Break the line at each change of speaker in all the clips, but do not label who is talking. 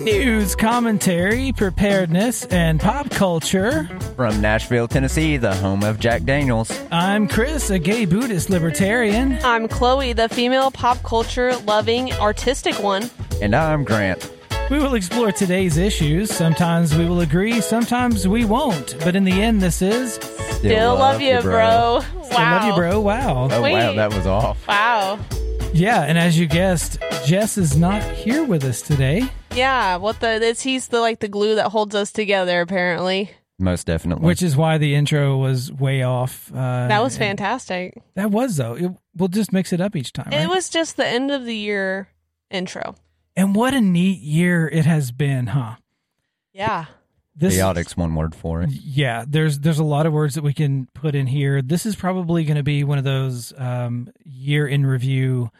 news, commentary, preparedness, and pop culture.
From Nashville, Tennessee, the home of Jack Daniels.
I'm Chris, a gay Buddhist libertarian.
I'm Chloe, the female pop culture loving artistic one.
And I'm Grant.
We will explore today's issues. Sometimes we will agree, sometimes we won't. But in the end, this is
Still,
Still love, you, bro. Wow.
I Love You Bro. Wow.
Oh, wow,
Wait.
that was off.
Wow.
Yeah, and as you guessed, Jess is not here with us today,
Yeah, what the it's he's the like the glue that holds us together apparently.
Most definitely.
which is why the intro was way off. Uh,
That was
and-
fantastic.
That was, though. It, we'll just mix it up each time. right?
It was just the end of the year intro.
and what a neat year it has been, huh?
Yeah.
This
Chaotic's one word for it.
yeah there's there's a lot of words that we can put in here this is probably going to be one of those um year in review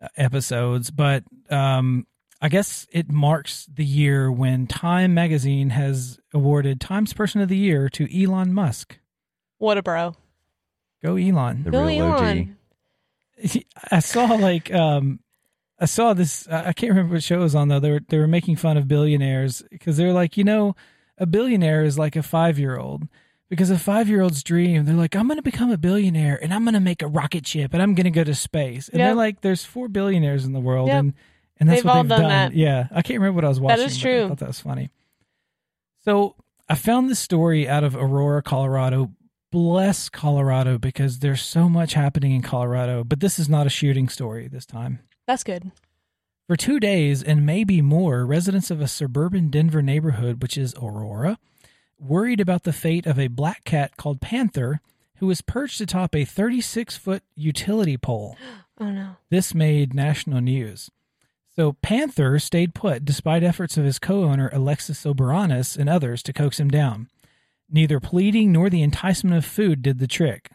uh, episodes but um i guess it marks the year when time magazine has awarded time's person of the year to elon musk
What a bro.
go elon
The
Go
real OG.
Elon.
i saw like um i saw this i I can't remember what show it was on though they were they were making fun of billionaires because they're like you know a billionaire is like a five year old because a five year old's dream, they're like, I'm going to become a billionaire and I'm going to make a rocket ship and I'm going to go to space. And
Yep.
they're like, there's four billionaires in the world.
Yep.
And, and that's
They've
what
all
they've
done
done.
that.
Yeah. I can't remember what I was watching.
is
but I
true.
thought that was funny. So I found this story out of Aurora, Colorado. Bless Colorado because there's so much happening in Colorado, but this is not a shooting story this time.
That's good.
For two days and maybe more, residents of a suburban Denver neighborhood, which is Aurora, worried about the fate of a black cat called Panther, who was perched atop a 36 foot utility pole.
Oh no.
This made national news. So Panther stayed put despite efforts of his co owner Alexis Soberanis and others to coax him down. Neither pleading nor the enticement of food did the trick.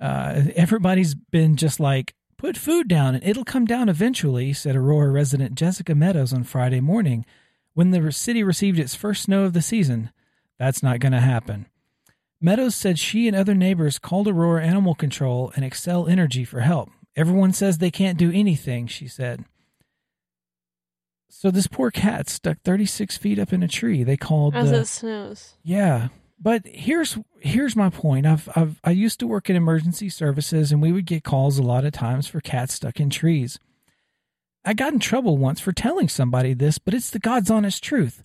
Uh, everybody's been just like, put food down and it'll come down eventually, said Aurora resident Jessica Meadows on Friday morning when the city received its first snow of the season. That's not going to happen. Meadows said she and other neighbors called Aurora Animal Control and Excel Energy for help. Everyone says they can't do anything, she said. So this poor cat stuck 36 feet up in a tree. They called
As
the,
it snows.
yeah, but here's here's my point. I've I've I used to work in emergency services, and we would get calls a lot of times for cats stuck in trees. I got in trouble once for telling somebody this, but it's the God's honest truth.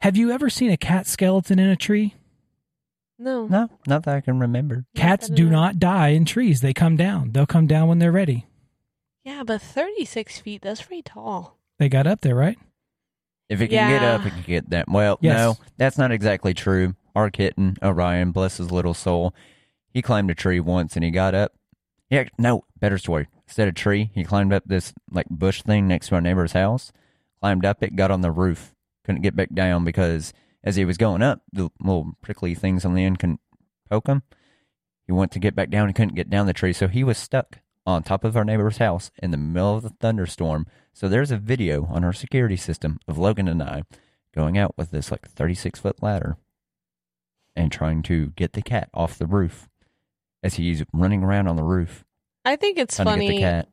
Have you ever seen a cat skeleton in a tree?
No.
No, not that I can remember.
Cats
that
do
is-
not die in trees. They come down. They'll come down when they're ready.
Yeah, but thirty six feet, that's pretty tall.
They got up there, right?
If it can get
Yeah.
up, it can get down. Well,
Yes.
no, that's not exactly true. Our kitten, Orion, bless his little soul, he climbed a tree once and he got up. Yeah, no, better story. Instead of tree, he climbed up this like bush thing next to our neighbor's house, climbed up it, got on the roof, couldn't get back down because as he was going up, the little prickly things on the end couldn't poke him. He went to get back down, he couldn't get down the tree, so he was stuck on top of our neighbor's house in the middle of the thunderstorm. So there's a video on our security system of Logan and I going out with this like 36 foot ladder and trying to get the cat off the roof as he's running around on the roof
I think it's
trying to get
funny
the cat.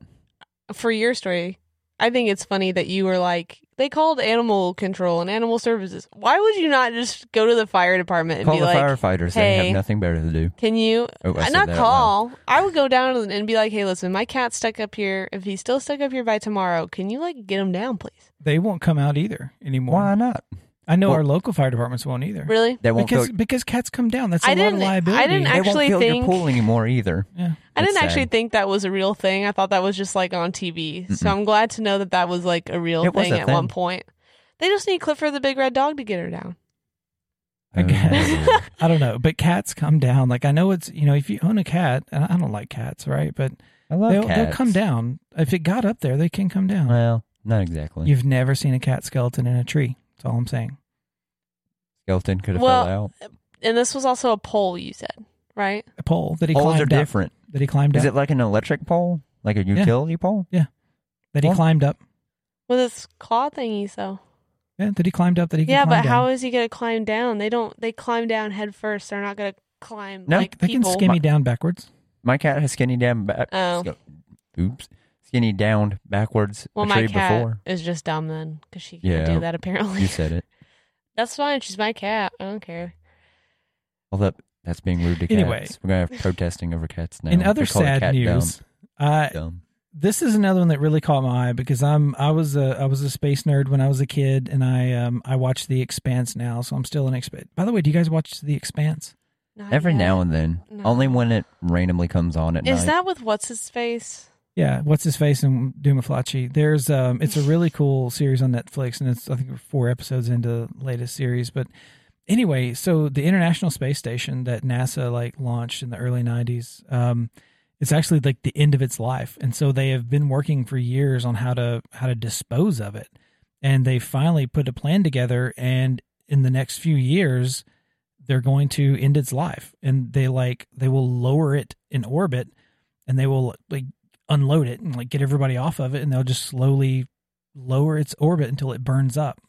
for your story, I think it's funny that you were like they called animal control and animal services. Why would you not just go to the fire department and
Call
be
the
like,
firefighters. They
"Hey."
have nothing better to do.
"Can you
Oh, I said
not
that out
call?" I would go down and be like, "Hey, listen, my cat's stuck up here. If he's still stuck up here by tomorrow, can you like get him down, please?"
They won't come out either anymore.
Why not?
I know
Well-
our local fire departments won't either.
Really?
They won't
Because
feel,
because cats come down. That's a
I
lot of
didn't- I
liability.
didn't
they
actually
won't fill
think-
your pool anymore either.
yeah.
I
That's
didn't actually
sad.
think that was a real thing. I thought that was just like on TV. So
Mm-mm.
I'm glad to know that that was like a real
It was
thing
a
at one
thing.
point. They just need Clifford the Big Red Dog to get her down.
I guess.
Oh, Lord.
I don't know, but cats come down. Like I know it's you know if you own a cat, and I don't like cats, right? But
I love
they'll,
cats.
they'll come down. If it got up there, they can come down.
Well, not exactly.
You've never seen a cat skeleton in a tree. That's all I'm saying.
Skeleton could have
Well,
fell out.
And this was also a poll, you said, right?
A pole that he
Poles
climbed
are
up.
different.
That he climbed
Is
up.
it like an electric pole? Like a
Yeah.
utility pole?
that he
Well-
climbed up.
With his claw thingies, though.
Yeah, that he climbed up. That he can
Yeah,
climb
but
down.
how is he gonna climb down? They don't. They climb down head first. They're not gonna climb
No,
they,
like
they can
people.
skinny down backwards.
My cat has skinny down back.
Oh.
sco- Oops. skinny downed backwards
Well,
a
my
tree
cat
before?
is just dumb then because she can't
Yeah.
do that apparently.
You said it.
That's fine. She's my cat. I don't care.
Although that's being rude to cats.
Anyway.
We're gonna have protesting over cats now.
In
They
other
call a
sad
cat
news, uh,
dumb, dumb.
this is another one that really caught my eye because I'm I was a I was a space nerd when I was a kid, and I um I watch The Expanse now, so I'm still an expat. By the way, do you guys watch The Expanse?
Not
Every
yet.
now and then,
No.
only when it randomly comes on at
Is
night.
that with what's his face?
Yeah, what's his face and Dumaflachi. There's um it's a really cool series on Netflix, and it's I think we're four episodes into the latest series, but. Anyway, so the International Space Station that NASA like launched in the early 90s, um, it's actually like the end of its life, and so they have been working for years on how to how to dispose of it. and they finally put a plan together and in the next few years they're going to end its life and they like they will lower it in orbit and they will like unload it and like get everybody off of it and they'll just slowly lower its orbit until it burns up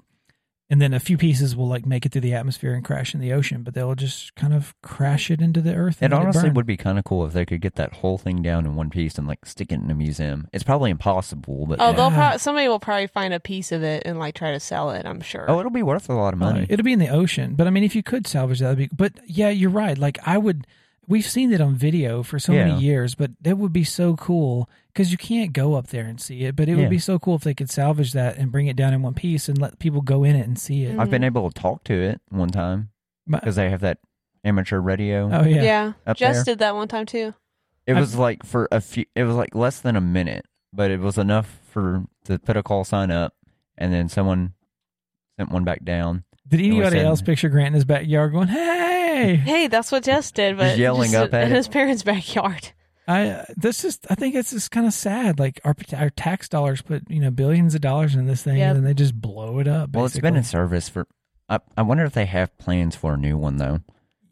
and then a few pieces will like make it through the atmosphere and crash in the ocean but they'll just kind of crash it into the earth
It
and let
honestly
burn.
would be kind of cool if they could get that whole thing down in one piece and like stick it in a museum. It's probably impossible, but
Oh,
yeah.
they'll
Yeah.
pro- somebody will probably find a piece of it and like try to sell it. I'm sure.
oh, it'll be worth a lot of money.
Uh, it'll be in the ocean. But I mean, if you could salvage that, would be. But yeah, you're right. Like I would. We've seen it on video for so
Yeah.
many years, but that would be so cool because you can't go up there and see it. But it
Yeah.
would be so cool if they could salvage that and bring it down in one piece and let people go in it and see it.
I've
Mm.
been able to talk to it one time
My-
Mm. because they have that amateur radio.
oh yeah.
yeah,
Up
Jess
there.
did that one time too.
It
I've-
was like for a few. It was like less than a minute, but it was enough for to put a call sign up, and then someone sent one back down,
Did anybody
in-
else picture Grant in his backyard going, "Hey"?
Hey, that's what Jess did, but
Just yelling up at
in
it.
his parents' backyard.
I uh, that's just I think it's just kind of sad. Like our our tax dollars put you know billions of dollars in this thing,
Yep.
and then they just blow it up.
Well, it's been
basically.
in service for. I, I wonder if they have plans for a new one though.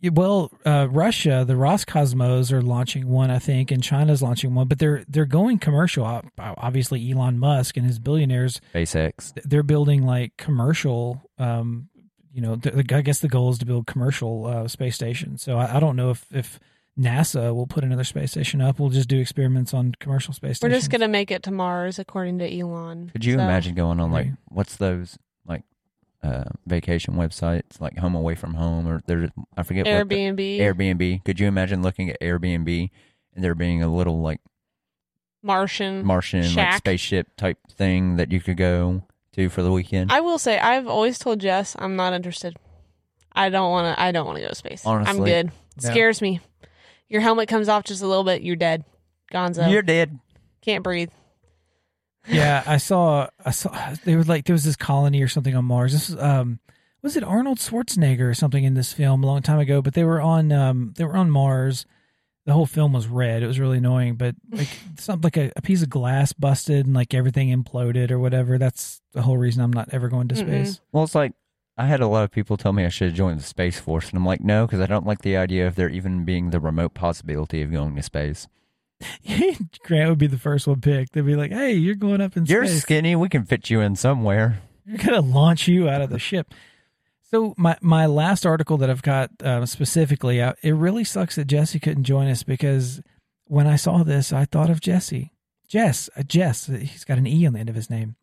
Yeah, Well, uh, Russia, the Roscosmos are launching one, I think, and China's launching one, but they're they're going commercial. Ob- Obviously, Elon Musk and his billionaires,
SpaceX.
th- they're building like commercial. Um, you know, the, the, I guess the goal is to build commercial uh, space stations. So I, I don't know if if NASA will put another space station up. We'll just do experiments on commercial space
We're
stations.
just gonna make it to Mars, according to Elon.
Could you
So-
imagine going on like
Right.
what's those like uh, vacation websites like Home Away from Home or there? I forget what the-
Airbnb,
Airbnb. Could you imagine looking at Airbnb and there being a little like
Martian.
Martian like
Mm. Shack.
spaceship type thing that you could go to for the weekend?
I will say, I've always told Jess I'm not interested. I don't want to. I don't want to go to space. I'm
Honestly.
good.
Yeah.
Scares me. Your helmet comes off just a little bit. You're dead. Gonzo.
You're dead.
Can't breathe.
yeah, I saw. I saw. They were like there was this colony or something on Mars. This was, um, was it Arnold Schwarzenegger or something in this film a long time ago? But they were on. Um, they were on Mars. The whole film was red. It was really annoying. But like something like a, a piece of glass busted and like everything imploded or whatever. That's the whole reason I'm not ever going to space.
Well, it's like I had a lot of people tell me I should join the space force, and I'm like, no, because I don't like the idea of there even being the remote possibility of going to space.
Grant would be the first one picked. They'd be like, "Hey, you're going up in
You're
space.
skinny. We can fit you in somewhere.
You're gonna launch you out of the ship. So my my last article that I've got uh, specifically, uh, it really sucks that Jesse couldn't join us because when I saw this, I thought of Jesse, Jess, uh, Jess. He's got an e on the end of his name.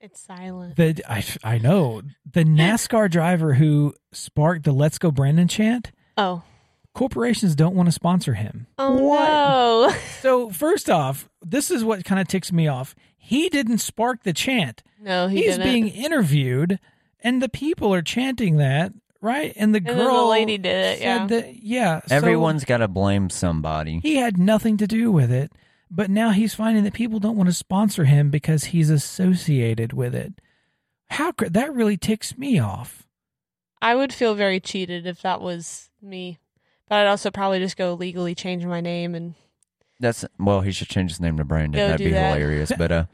It's silent.
The I I know the NASCAR driver who sparked the "Let's Go Brandon" chant.
Oh.
Corporations don't want to sponsor him.
Oh no.
So first off, this is what kind of ticks me off. He didn't spark the chant.
No, Oh, he
he's
didn't.
being interviewed and the people are chanting that right and the
then
girl
the lady did it,
said
yeah.
that- yeah so
Everyone's got to blame somebody.
he had nothing to do with it but now he's finding that people don't want to sponsor him because he's associated with it how could that really ticks me off
I would feel very cheated if that was me. But I'd also probably just go legally change my name and
That's well, he should change his name to Brandon.
Go
That'd
do
be
that.
hilarious. But uh,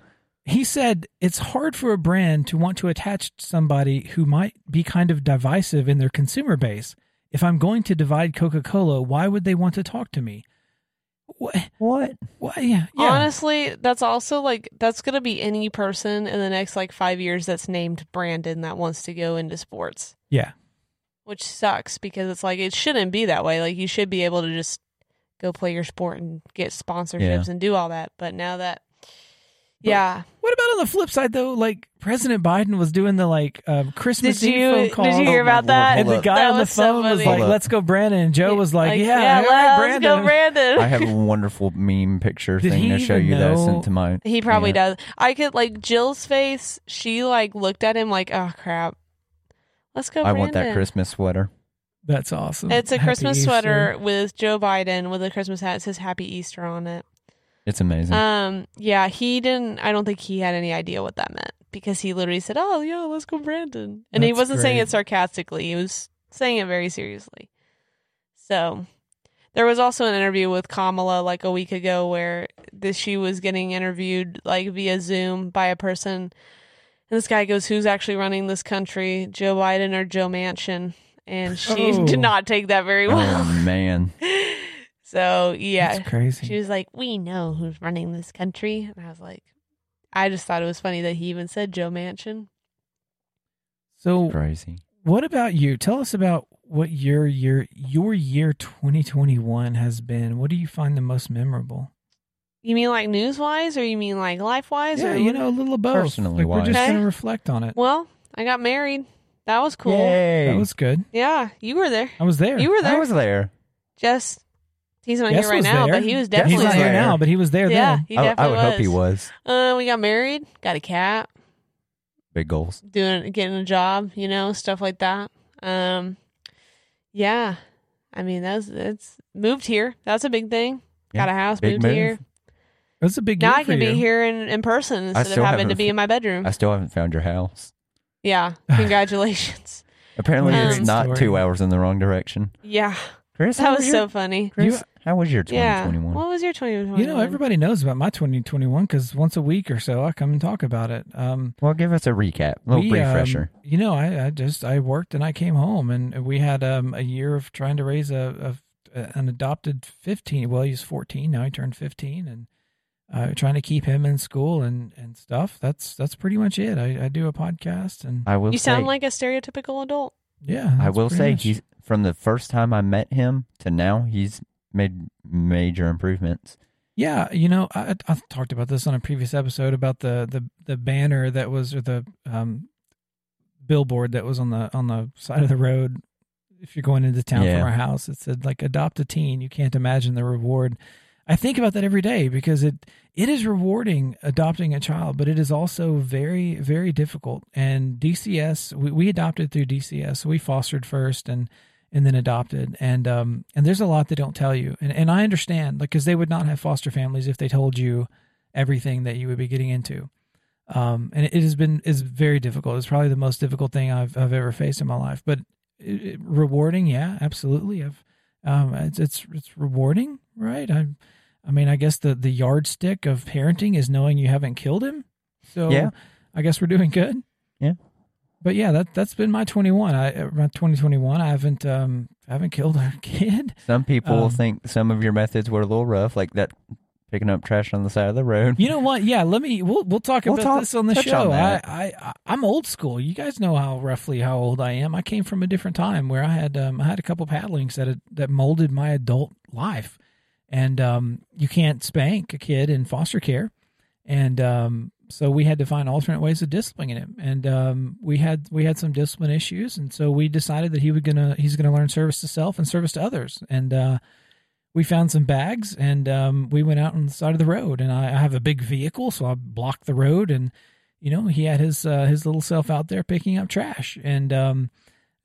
he said it's hard for a brand to want to attach somebody who might be kind of divisive in their consumer base if i'm going to divide coca-cola why would they want to talk to me what,
what?
what yeah, yeah.
honestly, that's also like that's gonna be any person in the next like five years that's named Brandon that wants to go into sports.
yeah
Which sucks because it's like it shouldn't be that way. Like you should be able to just go play your sport and get sponsorships and do all that. But now that yeah.
What about on the flip side though? Like President Biden was doing the like um, Christmas
Did
Eve
you
phone
did
call.
you hear
Oh my
about
Lord,
that?
and
Hold
the
up.
guy
That
on the
was so
phone was
funny.
like, "Let's go, Brandon." And Joe was like, "Yeah, all right,
let's
Brandon."
go, Brandon.
I have a wonderful meme picture
Did
thing
he
to show
even
you that I
know-
sent to my.
He probably
Yeah.
does. I could like Jill's face. She like looked at him like, oh crap. Let's go.
I want that
Oh, Brandon."
Christmas sweater.
That's awesome.
It's a
Happy
Christmas
Easter.
sweater with Joe Biden with a Christmas hat. It says Happy Easter on it.
It's amazing.
Um, yeah, he didn't. I don't think he had any idea what that meant because he literally said, "Oh yeah, let's go, Brandon," and he
That's
wasn't saying
great.
it sarcastically. He was saying it very seriously. So, there was also an interview with Kamala like a week ago where this she was getting interviewed like via Zoom by a person, and this guy goes, "Who's actually running this country, Joe Biden or Joe Manchin?" And she
Oh.
did not take that very well.
oh man,
so yeah,
That's crazy.
she was like, "We know who's running this country," and I was like, "I just thought it was funny that he even said Joe Manchin."
so,
crazy.
what about you? Tell us about what your year, your year 2021 has been. What do you find the most memorable?
You mean like news wise, or you mean like life wise?
Yeah,
or
you know, a little of both.
Personally
Like, we're just
wise.
going
Okay.
to reflect on it.
Well, I got married. That was cool.
That was good.
Yeah, you were there.
I was there.
You were
I
there.
was there.
Just he's not
Jess
here right
was
now,
there.
but he was
Jess
definitely
He's not here
there.
now, but he was there
Yeah,
then.
he
I, I
definitely
would hope he was.
Uh, we got married, got a cat,
Big goals.
doing getting a job, you know, stuff like that. Um, yeah, I mean that's it's moved here. That's a big thing.
Yeah,
Got a house,
big
moved
move.
here.
That's a big
Now
year
I can
for
be
you.
here in, in person instead
still
of having
haven't
to be
f-
in my bedroom.
I Oh, still haven't found your house.
yeah, congratulations.
Apparently,
What a
it's
great
not
story.
two hours in the wrong direction.
yeah,
Chris, how
that was
your-
so funny.
Chris, how was your
Yeah,
2021?
what was your 2021?
You know, everybody knows about my 2021 because once a week or so I come and talk about it. Um,
Well, give us a recap, a little
we, um,
refresher.
you know, I, I just I worked and I came home, and we had um, a year of trying to raise a, a an adopted 15. Well, he's 14 now; he turned 15, and uh, trying to keep him in school and and stuff. That's that's pretty much it. I, I do a podcast, and
I will.
You sound
say-
like a stereotypical adult.
yeah,
I
um, that's
will
pretty
say
much-
he's from the first time I met him to now he's made major improvements.
Yeah, you know, I, I talked about this on a previous episode about the the the banner that was or the um, billboard that was on the on the side of the road. If you're going into town
Yeah.
from our house, it said like adopt a teen. You can't imagine the reward. I think about that every day because it it is rewarding adopting a child, but it is also very very difficult. And DCS, we, we adopted through DCS. So we fostered first and and then adopted. And um and there's a lot they don't tell you. And and I understand like because they would not have foster families if they told you everything that you would be getting into. Um, and it has been is very difficult. It's probably the most difficult thing I've I've ever faced in my life. But it, it- rewarding, yeah, absolutely. I've um, it's it's it's rewarding, right? I, I mean, I guess the the yardstick of parenting is knowing you haven't killed him. So
Yeah.
I guess we're doing good.
Yeah.
But yeah, that that's been my twenty one. I uh, my twenty twenty one. I haven't um I haven't killed a kid.
Some people
Um,
think some of your methods were a little rough, like that picking up trash on the side of the road.
You know what? Yeah, let me. We'll we'll talk
We'll
about
talk-
this on the
touch
show.
on that.
I, I I'm old school. You guys know how roughly how old I am. I came from a different time where I had um I had a couple paddlings that had, that molded my adult life, and um you can't spank a kid in foster care, and um so we had to find alternate ways of disciplining him, and um we had we had some discipline issues, and so we decided that he was gonna he's gonna learn service to self and service to others, and uh we found some bags and um, we went out on the side of the road and I, I have a big vehicle so i blocked the road and you know he had his uh, his little self out there picking up trash and um,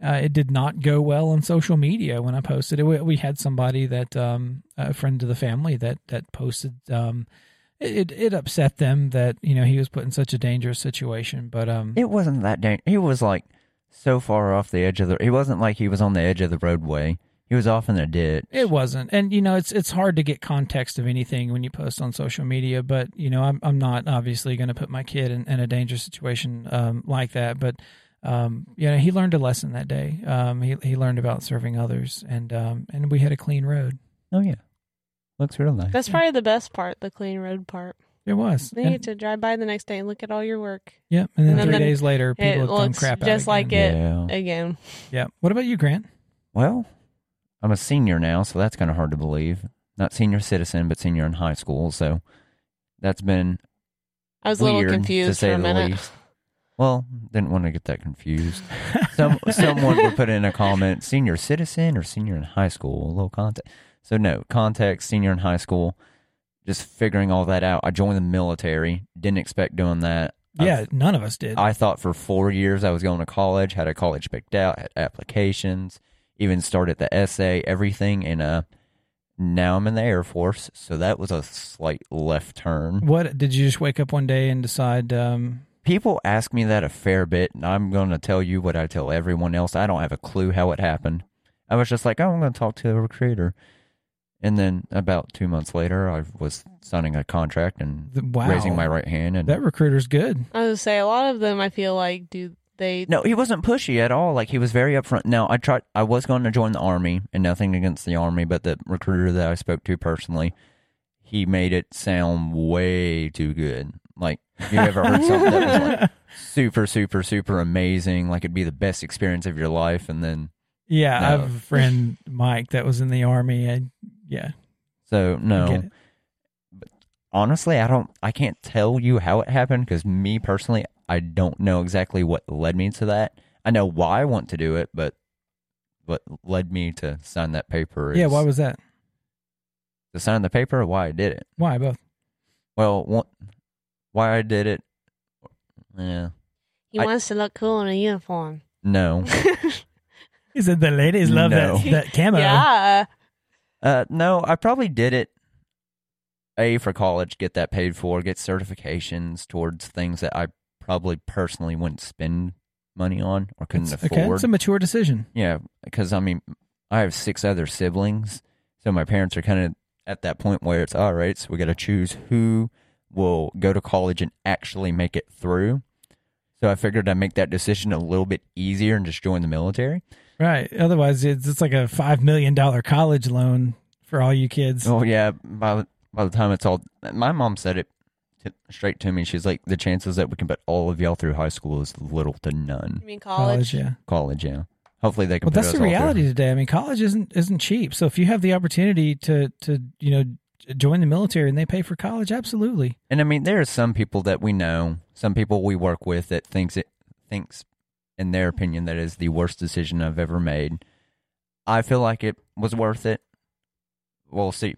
uh, it did not go well on social media when i posted it we, we had somebody that um, a friend of the family that that posted um, it, it it upset them that you know he was put in such a dangerous situation but um
It wasn't that dang. He was like so far off the edge of the. It wasn't like he was on the edge of the roadway. He was off in a ditch.
It wasn't, and you know, it's it's hard to get context of anything when you post on social media. But you know, I'm I'm not obviously going to put my kid in, in a dangerous situation um, like that. But um, you know, he learned a lesson that day. Um, he he learned about serving others, and um, and we had a clean road.
Oh yeah, looks real nice.
That's probably the best part, the clean road part.
It was,
Then you get
and,
to drive by the next day and look at all your work
yeah. And then
and
three
then
days later,
it
people have done
looks
crap out
just like
again.
it.
yeah.
again.
Yeah. What about you, Grant?
Well, I'm a senior now, so that's kind of hard to believe. Not senior citizen, but senior in high school. So that's been
I was a little
Weird, to
confused
say
for a
the
minute.
least. Well, didn't want to get that confused. Some someone would put in a comment, senior citizen or senior in high school, a little context. So no, context, senior in high school, just figuring all that out. I joined the military, didn't expect doing that. I-
yeah, none of us did.
I thought for four years I was going to college, had a college picked out, had applications, even started the essay, everything, and uh now I'm in the Air Force, so that was a slight left turn.
what did you just wake up one day and decide? Um,
People ask me that a fair bit, and I'm going to tell you what I tell everyone else. I don't have a clue how it happened. I was just like, oh, I'm going to talk to a recruiter. And then about two months later, I was signing a contract and
th- wow,
raising my right hand. And
that recruiter's good.
I was gonna say a lot of them. I feel like do they?
no, he wasn't pushy at all. Like he was very upfront. Now I tried. I was going to join the army, and nothing against the army, but the recruiter that I spoke to personally, he made it sound way too good. Like you ever heard something that was like super, super, super amazing. Like it'd be the best experience of your life. And then,
yeah, I
No.
have a friend Mike that was in the army, and yeah,
so
I get
no,
it.
honestly, I don't, I can't tell you how it happened because me personally, I don't know exactly what led me to that. I know why I want to do it, but what led me to sign that paper is
yeah. Why was that?
to sign the paper or why I did it.
Why both?
Well, one, why I did it, yeah,
He
I-
wants to look cool in a uniform.
no.
He said the ladies love
No.
that that camo.
yeah.
Uh, no, I probably did it. A for college, get that paid for, get certifications towards things that I probably personally wouldn't spend money on or couldn't
It's- okay,
afford.
it's a mature decision.
yeah, because I mean, I have six other siblings, so my parents are kind of at that point where it's all right. So we got to choose who will go to college and actually make it through. So I figured I'd make that decision a little bit easier and just join the military.
Right. Otherwise, it's, it's like a five million dollar college loan for all you kids.
Oh yeah, by the- by the time it's all, my mom said it t- straight to me. She's like, the chances that we can put all of y'all through high school is little to none.
You mean
Oh,
college?
yeah.
College, yeah. Hopefully they can.
Well,
put
that's
us
the
all through.
reality today. I mean, college isn't isn't cheap. So if you have the opportunity to to you know j- join the military and they pay for college, absolutely.
And I mean, there are some people that we know, some people we work with that thinks it thinks, in their opinion, that is the worst decision I've ever made. I feel like it was worth it. We'll see.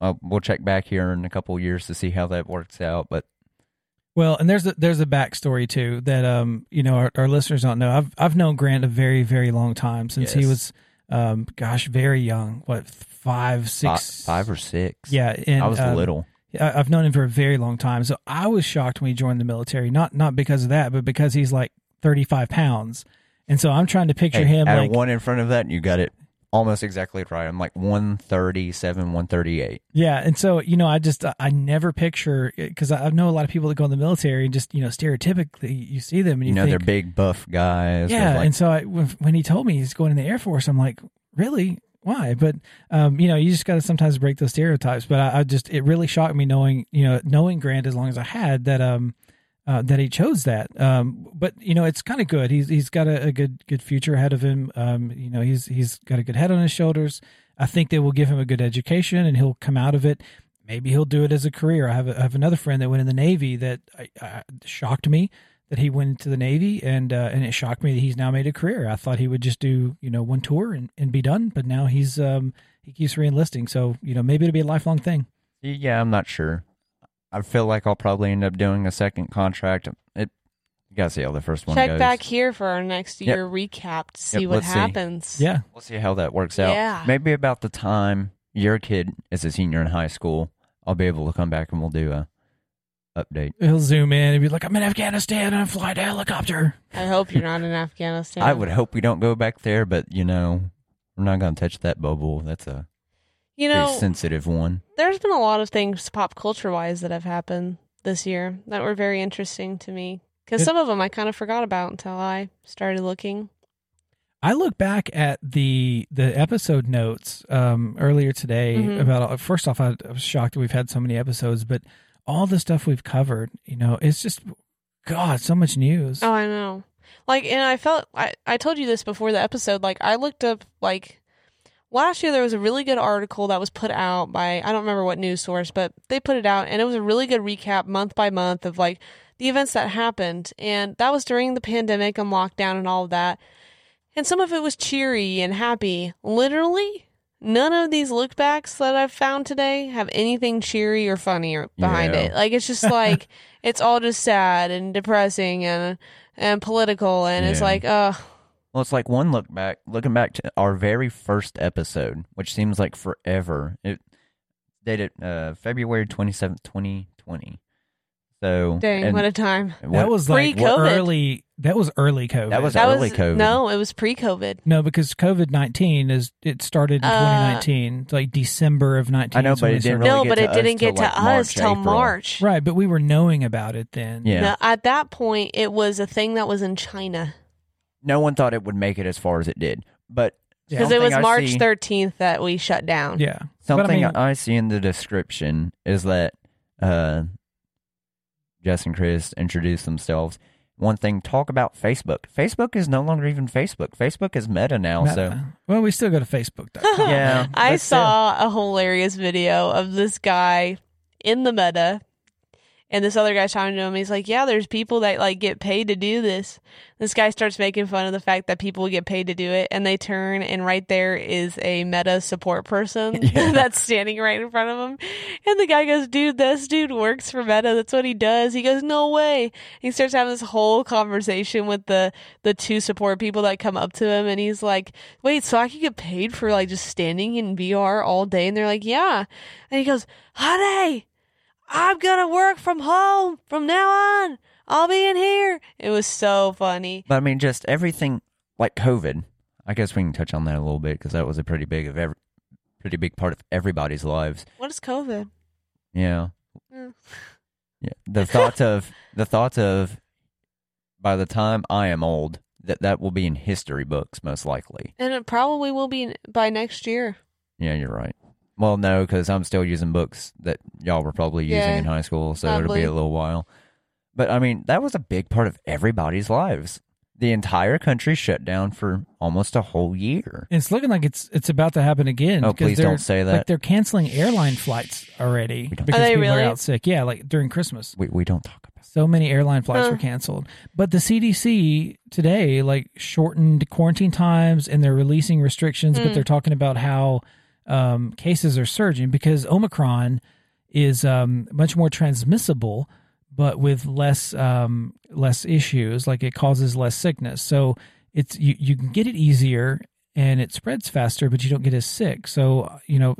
Uh, we'll check back here in a couple of years to see how that works out. But
Well, and there's a, there's a backstory too that um you know our, our listeners don't know. I've I've known Grant a very very long time since he
Yes.
was um gosh very young. What five
fi-
six
five or six.
yeah. And,
I was
um,
little.
I- I've known him for a very long time, so I was shocked when he joined the military. Not not because of that, but because he's like 35 pounds, and so I'm trying to picture
Hey,
him
add a
like
one in front of that, you got it almost exactly right. I'm like 137, 138.
yeah. And so you know, I just I- I never picture because I I know a lot of people that go in the military and just you know stereotypically you see them and
You,
you,
know,
think,
they're big, buff guys. with,
yeah.
like-
and so I, when when he told me he's going in the Air Force, I'm like, really? Why? But um, you know, you just got to sometimes break those stereotypes. But I, I just it really shocked me knowing you know knowing Grant as long as I had that um uh, that he chose that. Um, but you know, it's kind of good. He's he's got a, a good good future ahead of him. Um, you know, he's he's got a good head on his shoulders. I think they will give him a good education, and he'll come out of it. Maybe he'll do it as a career. I have a, I have another friend that went in the Navy that I, I, shocked me that he went into the Navy, and uh, and it shocked me that he's now made a career. I thought he would just do you know one tour and, and be done, but now he's um he keeps reenlisting. So you know maybe it'll be a lifelong thing.
yeah, I'm not sure. I feel like I'll probably end up doing a second contract. It, you got to see how the first one
Check
goes.
back here for our next
Yep.
year recap to see
Yep,
what
let's see.
happens.
Yeah,
We'll see how that works out.
Yeah.
Maybe about the time your kid is a senior in high school, I'll be able to come back and we'll do a update.
he'll zoom in and be like, "I'm in Afghanistan and I fly a helicopter."
I hope you're not in Afghanistan.
I would hope we don't go back there, but you know, we're not going to touch that bubble. That's a
You
pretty
know,
sensitive one.
there's been a lot of things pop culture wise that have happened this year that were very interesting to me because
It-
some of them I kind of forgot about until I started looking.
I look back at the the episode notes um, earlier today
Mhm.
about first off, I, I was shocked that we've had so many episodes, but all the stuff we've covered, you know, it's just God, so much news.
Oh, I know. Like, and I felt I I told you this before the episode. Like, I looked up like last year there was a really good article that was put out by I don't remember what news source, but they put it out and it was a really good recap month by month of like the events that happened. And that was during the pandemic and lockdown and all of that. And some of it was cheery and happy. Literally, none of these lookbacks that I've found today have anything cheery or funny or behind
Yeah.
it. Like it's just like it's all just sad and depressing and and political and it's
Yeah.
like, uh
Well, it's like one look back, looking back to our very first episode, which seems like forever. It dated uh, February twenty seventh, twenty twenty. So
dang,
and
what a time.
what-
that was like
Pre-COVID.
early. That was early COVID.
That was
That
early
was
COVID.
no, it was pre COVID.
no, because COVID nineteen is it started in
Uh,
2019, It's like December of 19.
I know,
is when
but it
we
didn't
started.
really
no,
get
but
to
it
us
didn't
till,
get to
like,
us
March,
till
April.
March.
right. But we were knowing about it then.
Yeah.
No, at that point, it was a thing that was in China
no one thought it would make it as far as it did. But
Yeah.
because it
Something
was
I
March
see-
13th that we shut down.
yeah.
something
but I
I,
mean,
see in the description is that uh, Jess and Chris introduce themselves. One thing, talk about Facebook. Facebook is no longer even Facebook. Facebook is Meta now.
Not-
so
well, we still go to Facebook.com.
yeah,
I
but still.
saw a hilarious video of this guy in the meta, and this other guy's talking to him. He's like, "Yeah, there's people that like get paid to do this." This guy starts making fun of the fact that people get paid to do it, and they turn, and right there is a meta support person
Yeah.
that's standing right in front of him. And the guy goes, "Dude, this dude works for Meta. That's what he does." He goes, "No way." He starts having this whole conversation with the the two support people that come up to him, and he's like, "Wait, so I could get paid for like just standing in VR all day?" And they're like, "Yeah." And he goes, "Honey, I'm gonna work from home from now on. I'll be in here." It was so funny.
But I mean, just everything like COVID. I guess we can touch on that a little bit because that was a pretty big of every, pretty big part of everybody's lives.
What is COVID?
Yeah,
Mm.
yeah. The thought of the thought of by the time I am old, that that will be in history books most likely.
And it probably will be by next year.
Yeah, you're right. Well, no, because I'm still using books that y'all were probably using
Yeah,
in high school, so it'll
probably.
be a little while. But I mean, that was a big part of everybody's lives. The entire country shut down for almost a whole year.
It's looking like it's it's about to happen again.
Oh,
'cause
please
they're-
don't say that.
Like they're canceling airline flights already
don't-
because
Are they
people
really?
are out sick. Yeah, like during Christmas.
we we don't talk about.
So many airline flights
Huh.
were canceled. But the CDC today like shortened quarantine times and they're releasing restrictions, but
Mm.
they're talking about how um, cases are surging because Omicron is um, much more transmissible but with less um, less issues like it causes less sickness. So it's you, you can get it easier and it spreads faster but you don't get as sick. So you know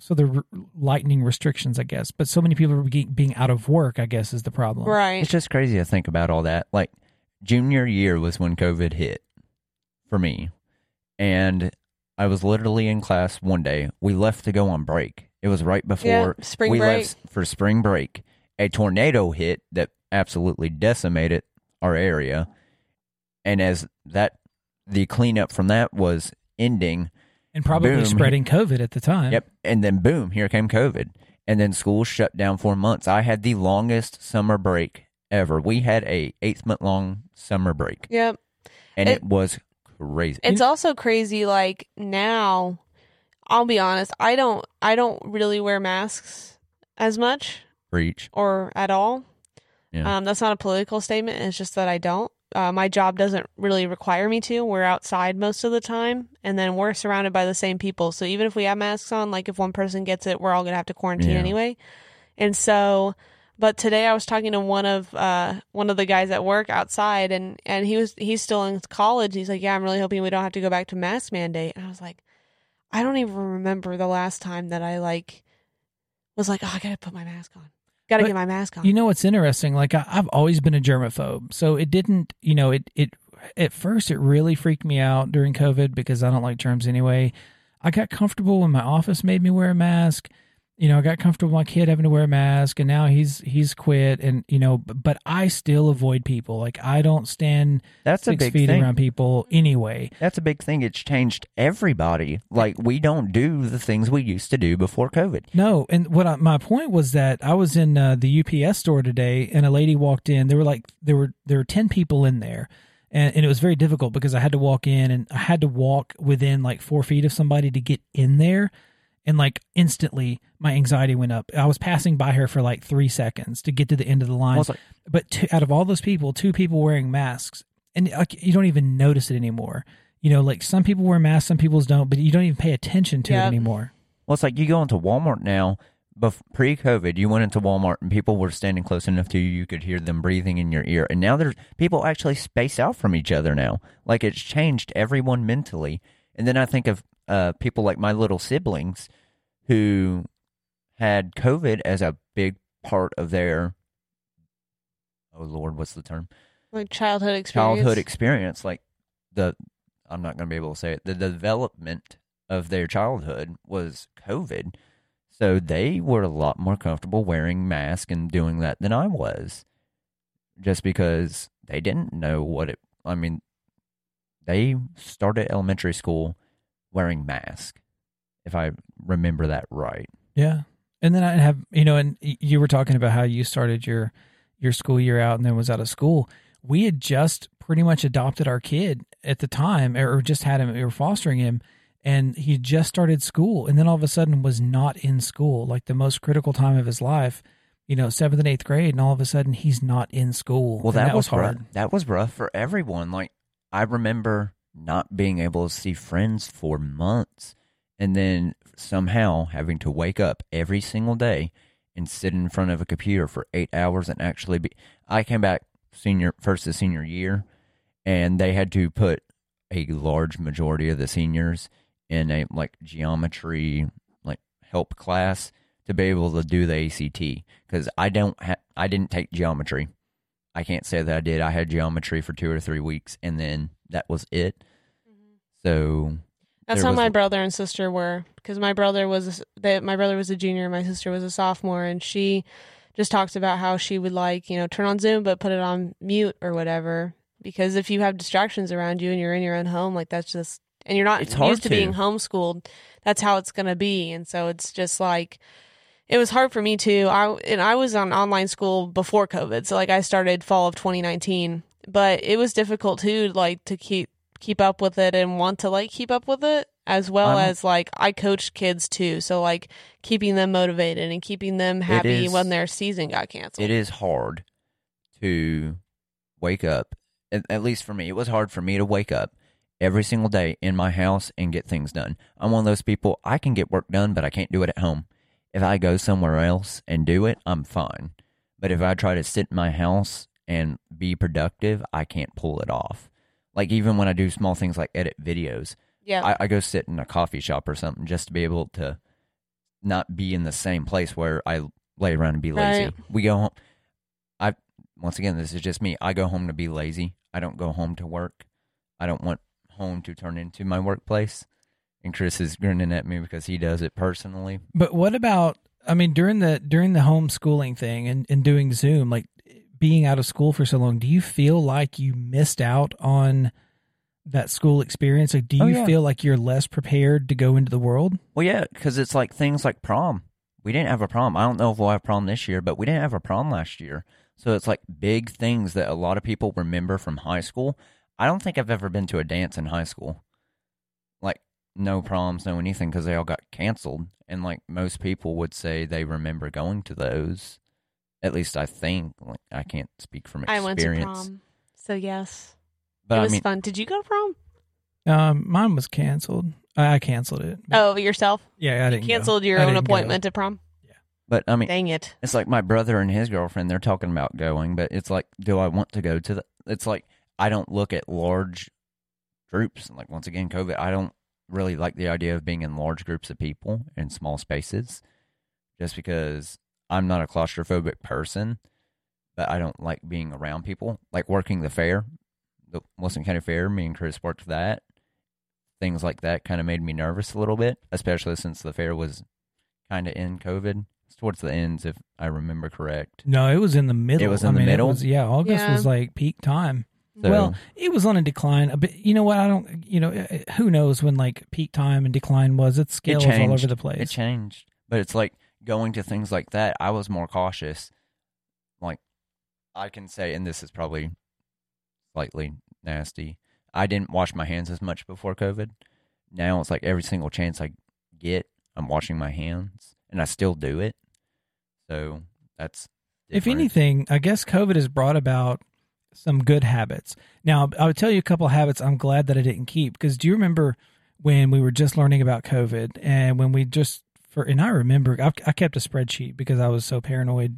so they're re- lightening restrictions I guess. But so many people are be- being out of work I guess is the problem.
Right.
It's just crazy to think about all that. Like junior year was when COVID hit for me, and I was literally in class one day. We left to go on break. It was right before
Yeah, spring
we
break.
left for spring break. A tornado hit that absolutely decimated our area, and as that the cleanup from that was ending,
and probably
Boom.
spreading COVID at the time.
Yep. And then boom, here came COVID. And then school shut down for months. I had the longest summer break ever. We had a eight month long summer break.
Yep.
And
It-
it, was crazy.
It's also crazy like now I'll be honest, I don't I don't really wear masks as much
Preach.
or at all.
Yeah.
Um that's not a political statement, it's just that I don't. Uh, my job doesn't really require me to. We're outside most of the time and then we're surrounded by the same people. So even if we have masks on, like if one person gets it, we're all going to have to quarantine
Yeah.
anyway. And so but today I was talking to one of uh, one of the guys at work outside, and and he was he's still in college. He's like, yeah, I'm really hoping we don't have to go back to mask mandate. And I was like, I don't even remember the last time that I like was like, oh, I gotta put my mask on, gotta
But
get my mask on.
You know what's interesting? Like I, I've always been a germaphobe, so it didn't. You know, it it at first it really freaked me out during COVID because I don't like germs anyway. I got comfortable when my office made me wear a mask. You know, I got comfortable with my kid having to wear a mask, and now he's he's quit. And you know, but, but I still avoid people. Like I don't stand
That's a
six
big
feet
thing.
around people anyway.
That's a big thing. It's changed everybody. Like we don't do the things we used to do before COVID.
No, and what I, my point was that I was in uh, the UPS store today, and a lady walked in. There were like there were there were ten people in there, and, and it was very difficult because I had to walk in and I had to walk within like four feet of somebody to get in there. And like instantly, my anxiety went up. I was passing by her for like three seconds to get to the end of the line.
I was like,
but two, out of all those people, two people wearing masks, and like you don't even notice it anymore. You know, like some people wear masks, some people's don't, but you don't even pay attention to it
Yeah.
anymore.
well, it's like you go into Walmart now. But pre-COVID, you went into Walmart and people were standing close enough to you you could hear them breathing in your ear. And now there's people actually space out from each other now. Like it's changed everyone mentally. And then I think of uh, people like my little siblings who had COVID as a big part of their oh lord, what's the term?
Like childhood experience.
childhood experience, like the I'm not going to be able to say it. The development of their childhood was COVID, so they were a lot more comfortable wearing masks and doing that than I was, just because they didn't know what it. I mean, they started elementary school wearing masks, if I remember that right.
Yeah. And then I have, you know, and y- you were talking about how you started your your school year out and then was out of school. We had just pretty much adopted our kid at the time or just had him, we were fostering him and he just started school and then all of a sudden was not in school like the most critical time of his life, you know, 7th and 8th grade and all of a sudden he's not in school.
Well,
And
that, was,
hard.
Rough. That was rough for everyone. Like I remember not being able to see friends for months, and then somehow having to wake up every single day and sit in front of a computer for eight hours and actually be. I came back senior first to senior year, and they had to put a large majority of the seniors in a like geometry like help class to be able to do the ACT because I don't ha- I didn't take geometry I can't say that I did. I had geometry for two or three weeks, and then that was it. So
That's
There
how
was-
my brother and sister were, because my brother was a s- that my brother was a junior, my sister was a sophomore, and she just talks about how she would like you know turn on Zoom but put it on mute or whatever, because if you have distractions around you and you're in your own home, like that's just and you're not
It's hard
used to being
to.
homeschooled, that's how it's gonna be, and so it's just like it was hard for me too. I and I was on online school before COVID, so like I started fall of 2019, but it was difficult too, like to keep keep up with it and want to like keep up with it as well
I'm-
as like I coached kids too, so like keeping them motivated and keeping them happy
is-
when their season got canceled.
it is hard to wake up. At, at least for me, it was hard for me to wake up every single day in my house and get things done. I'm one of those people. I can get work done, but I can't do it at home. If I go somewhere else and do it, I'm fine. But if I try to sit in my house and be productive, I can't pull it off. Like even when I do small things like edit videos,
yeah,
I, I go sit in a coffee shop or something just to be able to not be in the same place where I lay around and be lazy.
Right.
We go home. I once again, this is just me. I go home to be lazy. I don't go home to work. I don't want home to turn into my workplace. And Chris is grinning at me because he does it personally.
But what about I mean during the during the homeschooling thing and, and doing Zoom, like being out of school for so long, do you feel like you missed out on that school experience? Like do you
Oh, yeah.
feel like you're less prepared to go into the world?
Well, yeah, because it's like things like prom. We didn't have a prom. I don't know if we'll have prom this year, but we didn't have a prom last year. So it's like big things that a lot of people remember from high school. I don't think I've ever been to a dance in high school. Like, no proms, no anything, because they all got canceled. And like most people would say they remember going to those. At least I think. Like, I can't speak from
I
experience.
went to prom, so yes,
But
it
I
was
mean,
fun. Did you go to prom?
Um, mine was canceled. I I canceled it.
Oh, yourself
yeah, I didn't go.
canceled your
I
own
didn't go.
appointment to prom.
but I mean,
Dang it!
It's like my brother and his girlfriend, they're talking about going, but it's like, do I want to go to the. It's like, I don't look at large groups. Like, once again, COVID, I don't really like the idea of being in large groups of people in small spaces just because I'm not a claustrophobic person, but I don't like being around people. Like, working the fair, the Wilson County Fair, me and Chris worked that. Things like that kind of made me nervous a little bit, especially since the fair was kind of in COVID. It's towards the ends, if I remember correct.
No, it was in the middle.
It was in
I
the
mean, it
middle?
was- yeah, August
Yeah.
was like peak time.
So,
Well, it was on a decline. A bit, you know what? I don't. You know, eh, eh, who knows when like peak time and decline was? It scales all over
changed.
the place.
it changed, but it's like going to things like that. I was more cautious. Like I can say, and this is probably slightly nasty. I didn't wash my hands as much before COVID. Now it's like every single chance I get, I'm washing my hands, and I still do it. So that's
If
different.
anything, I guess COVID has brought about some good habits. Now, I would tell you a couple of habits I'm glad that I didn't keep because do you remember when we were just learning about COVID and when we just for and I remember I, I kept a spreadsheet because I was so paranoid.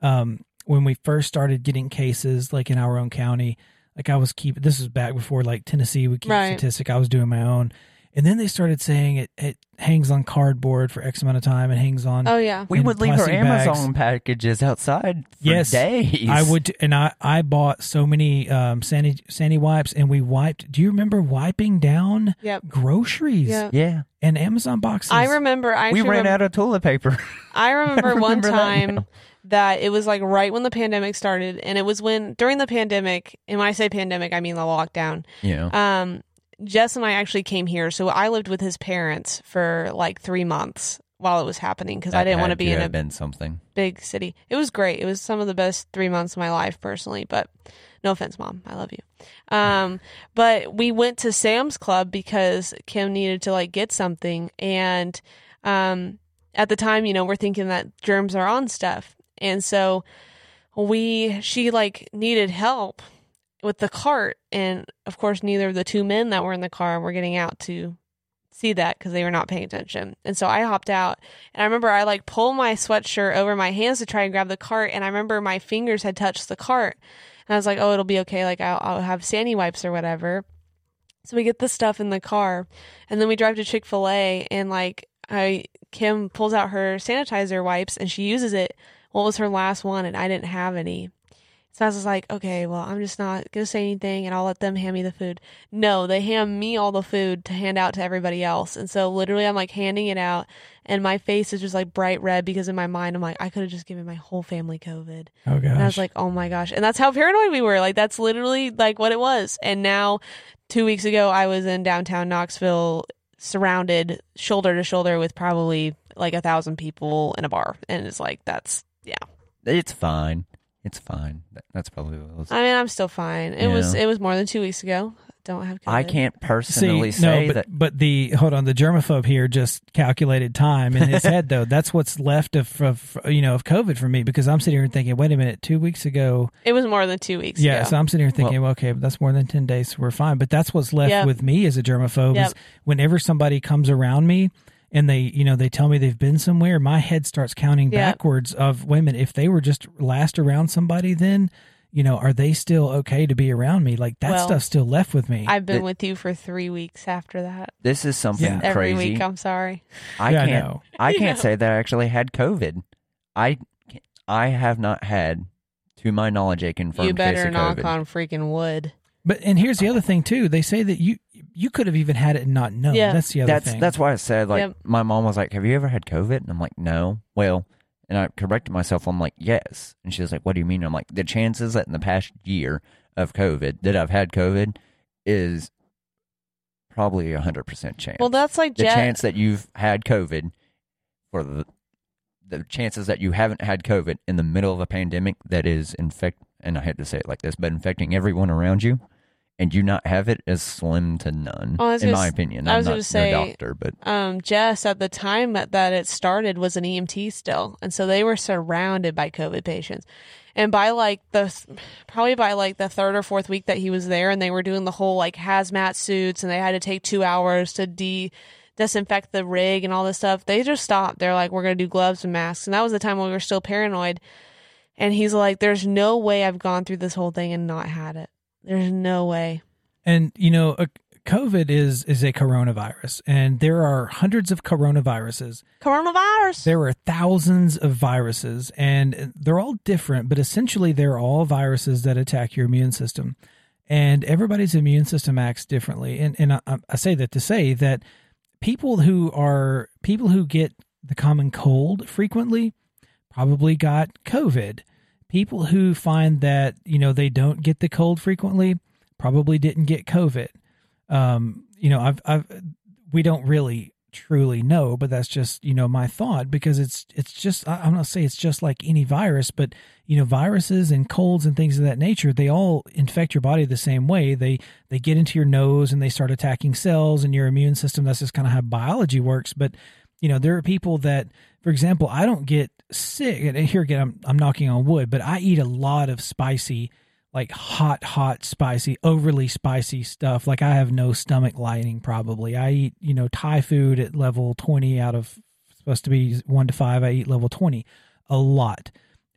Um, when we first started getting cases like in our own county, like I was keep this was back before like Tennessee would keep
Right.
statistic. I was doing my own, and then they started saying it it hangs on cardboard for X amount of time. It hangs
Mm.
on
Oh yeah.
we
in
would leave our
plastic bags.
Amazon packages outside for
Yes,
days.
I would, t- and I I bought so many um sandy sandy wipes, and we wiped. Do you remember wiping down
Yep.
groceries
Yeah.
Yeah,
and Amazon boxes?
I remember. I
we
actually
ran
remem-
out of toilet paper.
I remember, one
remember that
time
now.
that, it was like right when the pandemic started, and it was when during the pandemic, and when I say pandemic, I mean the lockdown.
yeah,
Um, Jess and I actually came here, so I lived with his parents for like three months while it was happening because I
That
didn't want to
had
be in a
have been something.
big city. It was great. It was some of the best three months of my life personally, but no offense, mom. I love you. Um, but we went to Sam's Club because Kim needed to like get something. And um, at the time, you know, we're thinking that germs are on stuff. And so we, she like needed help with the cart. And of course, neither of the two men that were in the car were getting out to see that because they were not paying attention. And so I hopped out and I remember I like pulled my sweatshirt over my hands to try and grab the cart. And I remember my fingers had touched the cart. And I was like, oh, it'll be okay. Like, I'll, I'll have sandy wipes or whatever. So we get the stuff in the car. And then we drive to Chick fil A. And like, I, Kim pulls out her sanitizer wipes and she uses it. What was her last one? And I didn't have any. So I was just like, okay, well, I'm just not going to say anything and I'll let them hand me the food. No, they hand me all the food to hand out to everybody else. And so literally, I'm like handing it out and my face is just like bright red because in my mind I'm like I could have just given my whole family COVID.
Oh gosh.
And I was like, "Oh my gosh." And that's how paranoid we were. Like that's literally like what it was. And now 2 weeks ago I was in downtown Knoxville surrounded shoulder to shoulder with probably like a thousand people in a bar and it's like that's yeah.
It's fine. It's fine. That- That's probably what it was. I,
I mean, I'm still fine. It was
Yeah.
it was more than 2 weeks ago. Don't have COVID.
can't
See,
personally
no,
say
but,
that.
but the hold on, the germaphobe here just calculated time in his head though. That's what's left of, of you know of COVID for me because I'm sitting here thinking, wait a minute, two weeks ago,
It was more than 2 weeks
yeah.
ago.
So I'm sitting here thinking, well, okay, that's more than ten days, so we're fine. But that's what's left
Yep.
with me as a germaphobe is
Yep.
whenever somebody comes around me and they you know they tell me they've been somewhere, my head starts counting
Yep.
backwards of wait a minute, if they were just last around somebody, then you know are they still okay to be around me? Like that
Well,
stuff's still left with me.
I've been
It-
with you for 3 weeks after that.
This is something
Yeah.
Every
crazy.
week, I'm sorry.
I
Yeah, I
can't.
know.
I
You
can't
know.
say that I actually had COVID. I can't- I have not had, to my knowledge, a confirmed
You better
case of
knock
COVID.
on freaking wood.
But and here's the other thing too. They say that you you could have even had it and not known.
Yeah.
That's the other
that's
thing.
that's why I said like
Yep.
my mom was like, "Have you ever had COVID?" And I'm like, "No." Well, and I corrected myself. I'm like, "Yes." And she was like, "What do you mean?" I'm like, "The chances that in the past year of COVID that I've had COVID is probably a hundred percent chance.
Well, that's like
the
Jet.
chance that you've had COVID, or the the chances that you haven't had COVID in the middle of a pandemic that is infect and I hate to say it like this, but infecting everyone around you." And you not have it is slim to none,
I was
in
gonna
my
s-
opinion.
I
I'm
was
not
gonna
no
say-
doctor, but
um, Jess at the time that, that it started was an EMT still, and so they were surrounded by COVID patients. And by like the probably by like the third or fourth week that he was there, and they were doing the whole like hazmat suits, and they had to take two hours to de disinfect the rig and all this stuff. They just stopped. They're like, we're gonna do gloves and masks, and that was the time when we were still paranoid. And he's like, "There's no way I've gone through this whole thing and not had it. There's no way."
and you know, a, COVID is is a coronavirus, and there are hundreds of coronaviruses.
Coronavirus.
There are thousands of viruses, and they're all different, but essentially they're all viruses that attack your immune system. And everybody's immune system acts differently. And and I, I say that to say that people who are people who get the common cold frequently probably got COVID. People who find that you know they don't get the cold frequently probably didn't get COVID. Um, you know, I've, I've we don't really truly know, but that's just you know my thought because it's it's just I, I'm not say it's just like any virus, but you know viruses and colds and things of that nature they all infect your body the same way. They they get into your nose and they start attacking cells and your immune system. That's just kind of how biology works. But you know there are people that, for example, I don't get sick. And here again, I'm I'm knocking on wood, but I eat a lot of spicy like hot, hot, spicy, overly spicy stuff. Like I have no stomach lining probably. I eat, you know, Thai food at level 20 out of supposed to be one to five. I eat level 20 a lot.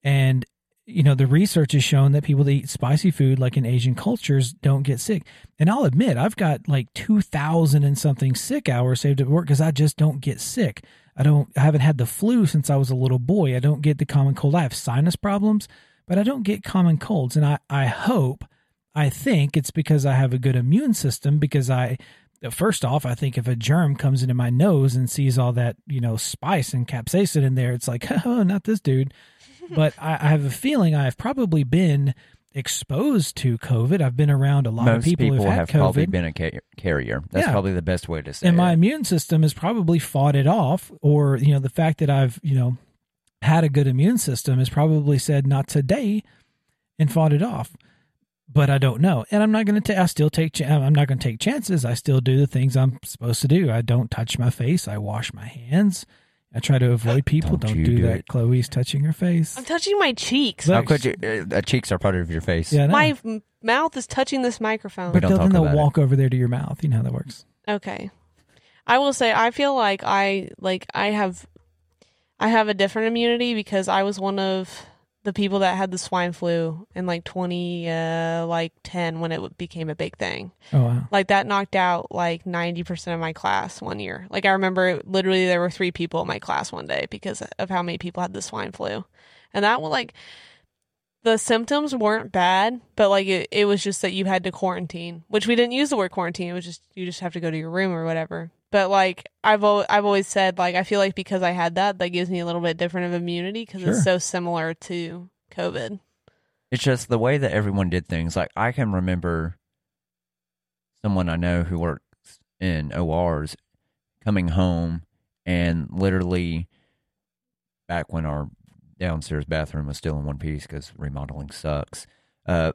And, you know, the research has shown that people that eat spicy food, like in Asian cultures, don't get sick. And I'll admit, I've got like 2,000 and something sick hours saved at work because I just don't get sick. I don't, I haven't had the flu since I was a little boy. I don't get the common cold. I have sinus problems but I don't get common colds. And I, I hope, I think it's because I have a good immune system. Because I, first off, I think if a germ comes into my nose and sees all that, you know, spice and capsaicin in there, it's like, oh, not this dude. But I, I have a feeling I've probably been exposed to COVID. I've been around a lot
Most
of people, who've had
have
COVID.
probably been a ca- carrier. That's
Yeah.
probably the best way to say
and my
it.
immune system has probably fought it off or you know the fact that i've you know had a good immune system has probably said not today and fought it off but i don't know and i'm not going to ta- i still take ch- i'm not going to take chances i still do the things i'm supposed to do i don't touch my face i wash my hands i try to avoid people
Don't
don't,
you
do
do
that
it.
chloe's touching her face
I'm touching my cheeks.
But-
How could you? Uh, the cheeks are part of your face.
yeah I know.
My m- mouth is touching this microphone.
We
but
don't
they'll,
talk
then they'll
about it.
walk over there to your mouth you know how that works
Okay. I will say I feel like I like I have I have a different immunity because I was one of the people that had the swine flu in like 20 uh like 10 when it became a big thing.
oh wow
Like that knocked out like 90% of my class one year. Like I remember it- literally there were 3 people in my class one day because of how many people had the swine flu. And that was like the symptoms weren't bad, but like it, it was just that you had to quarantine, which we didn't use the word quarantine. It was just you just have to go to your room or whatever. But like I've al- I've always said, like I feel like because I had that, that gives me a little bit different of immunity because
Sure.
it's so similar to COVID.
It's just the way that everyone did things. Like I can remember someone I know who works in ORs coming home and literally back when our downstairs bathroom was still in one piece because remodeling sucks. Uh,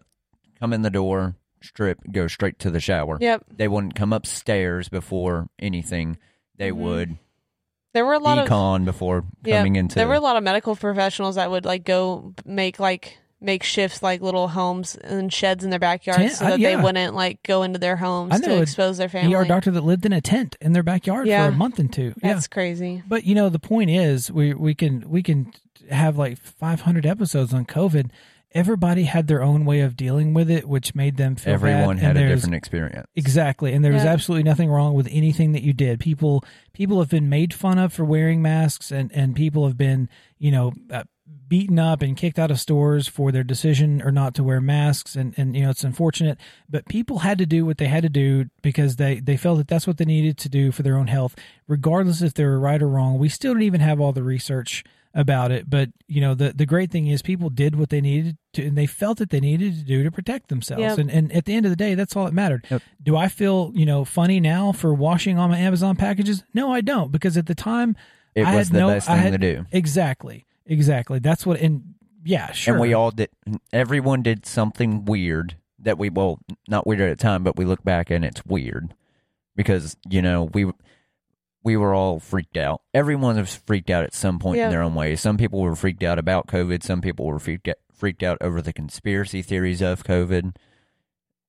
come in the door, strip, go straight to the shower.
Yep,
They wouldn't come upstairs before anything. They
Mhm.
would
there were a lot of
decon before
Yeah,
coming into.
there were a lot of medical professionals that would like go make like make shifts like little homes and sheds in their backyards
Tent-
so
uh,
that
yeah.
they wouldn't like go into their
I
homes
know
to
a
expose their family.
er doctor that lived in a tent in their backyard
Yeah.
for a month and two yeah
That's crazy.
But you know, the point is, we we can we can have like 500 episodes on COVID. Everybody had their own way of dealing with it, which made them feel bad,
everyone
and
had a
there's-
different experience.
Exactly, and there was
Yeah.
absolutely nothing wrong with anything that you did. People people have been made fun of for wearing masks, and and people have been you know uh, beaten up and kicked out of stores for their decision or not to wear masks, and and you know it's unfortunate, but people had to do what they had to do because they they felt that that's what they needed to do for their own health, regardless if they were right or wrong. We still don't even have all the research about it, but you know the the great thing is people did what they needed to, and they felt that they needed to do to protect themselves,
Yep.
and and at the end of the day, that's all that mattered
Yep.
do I feel you know funny now for washing all my Amazon packages? No, I don't because at the time
It
I
was
had
the
no,
best
I
thing
had,
to do.
Exactly, exactly. That's what and yeah, sure.
And we all did. Everyone did something weird that we well, not weird at the time, but we look back and it's weird because you know we we were all freaked out. Everyone was freaked out at some point
Yeah.
in their own way. Some people were freaked out about COVID. Some people were freaked out, freaked out over the conspiracy theories of COVID.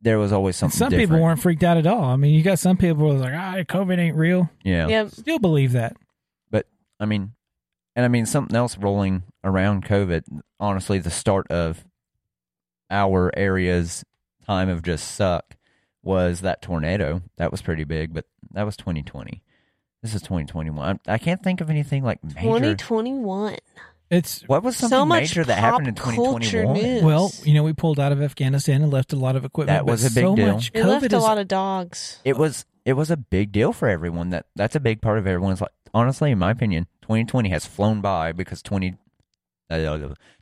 There was always
and
something.
some
different.
people weren't freaked out at all. I mean, you got some people who was like, ah, COVID ain't real.
Yeah.
Yep.
Still believe that.
I mean, and I mean something else rolling around COVID. Honestly, the start of our area's time of just suck was that tornado. That was pretty big, but that was 2020. This is 2021. I, I can't think of anything like major.
2021.
It's
What was something
so much
major that
pop
happened in
culture
2021?
news.
well, you know, we pulled out of Afghanistan and left a lot of equipment.
That was
but
a big
so
deal.
Much
we
COVID
left a
is-
lot of dogs.
It was it was a big deal for everyone. That that's a big part of everyone's like. Honestly, in my opinion, 2020 has flown by because 20 uh,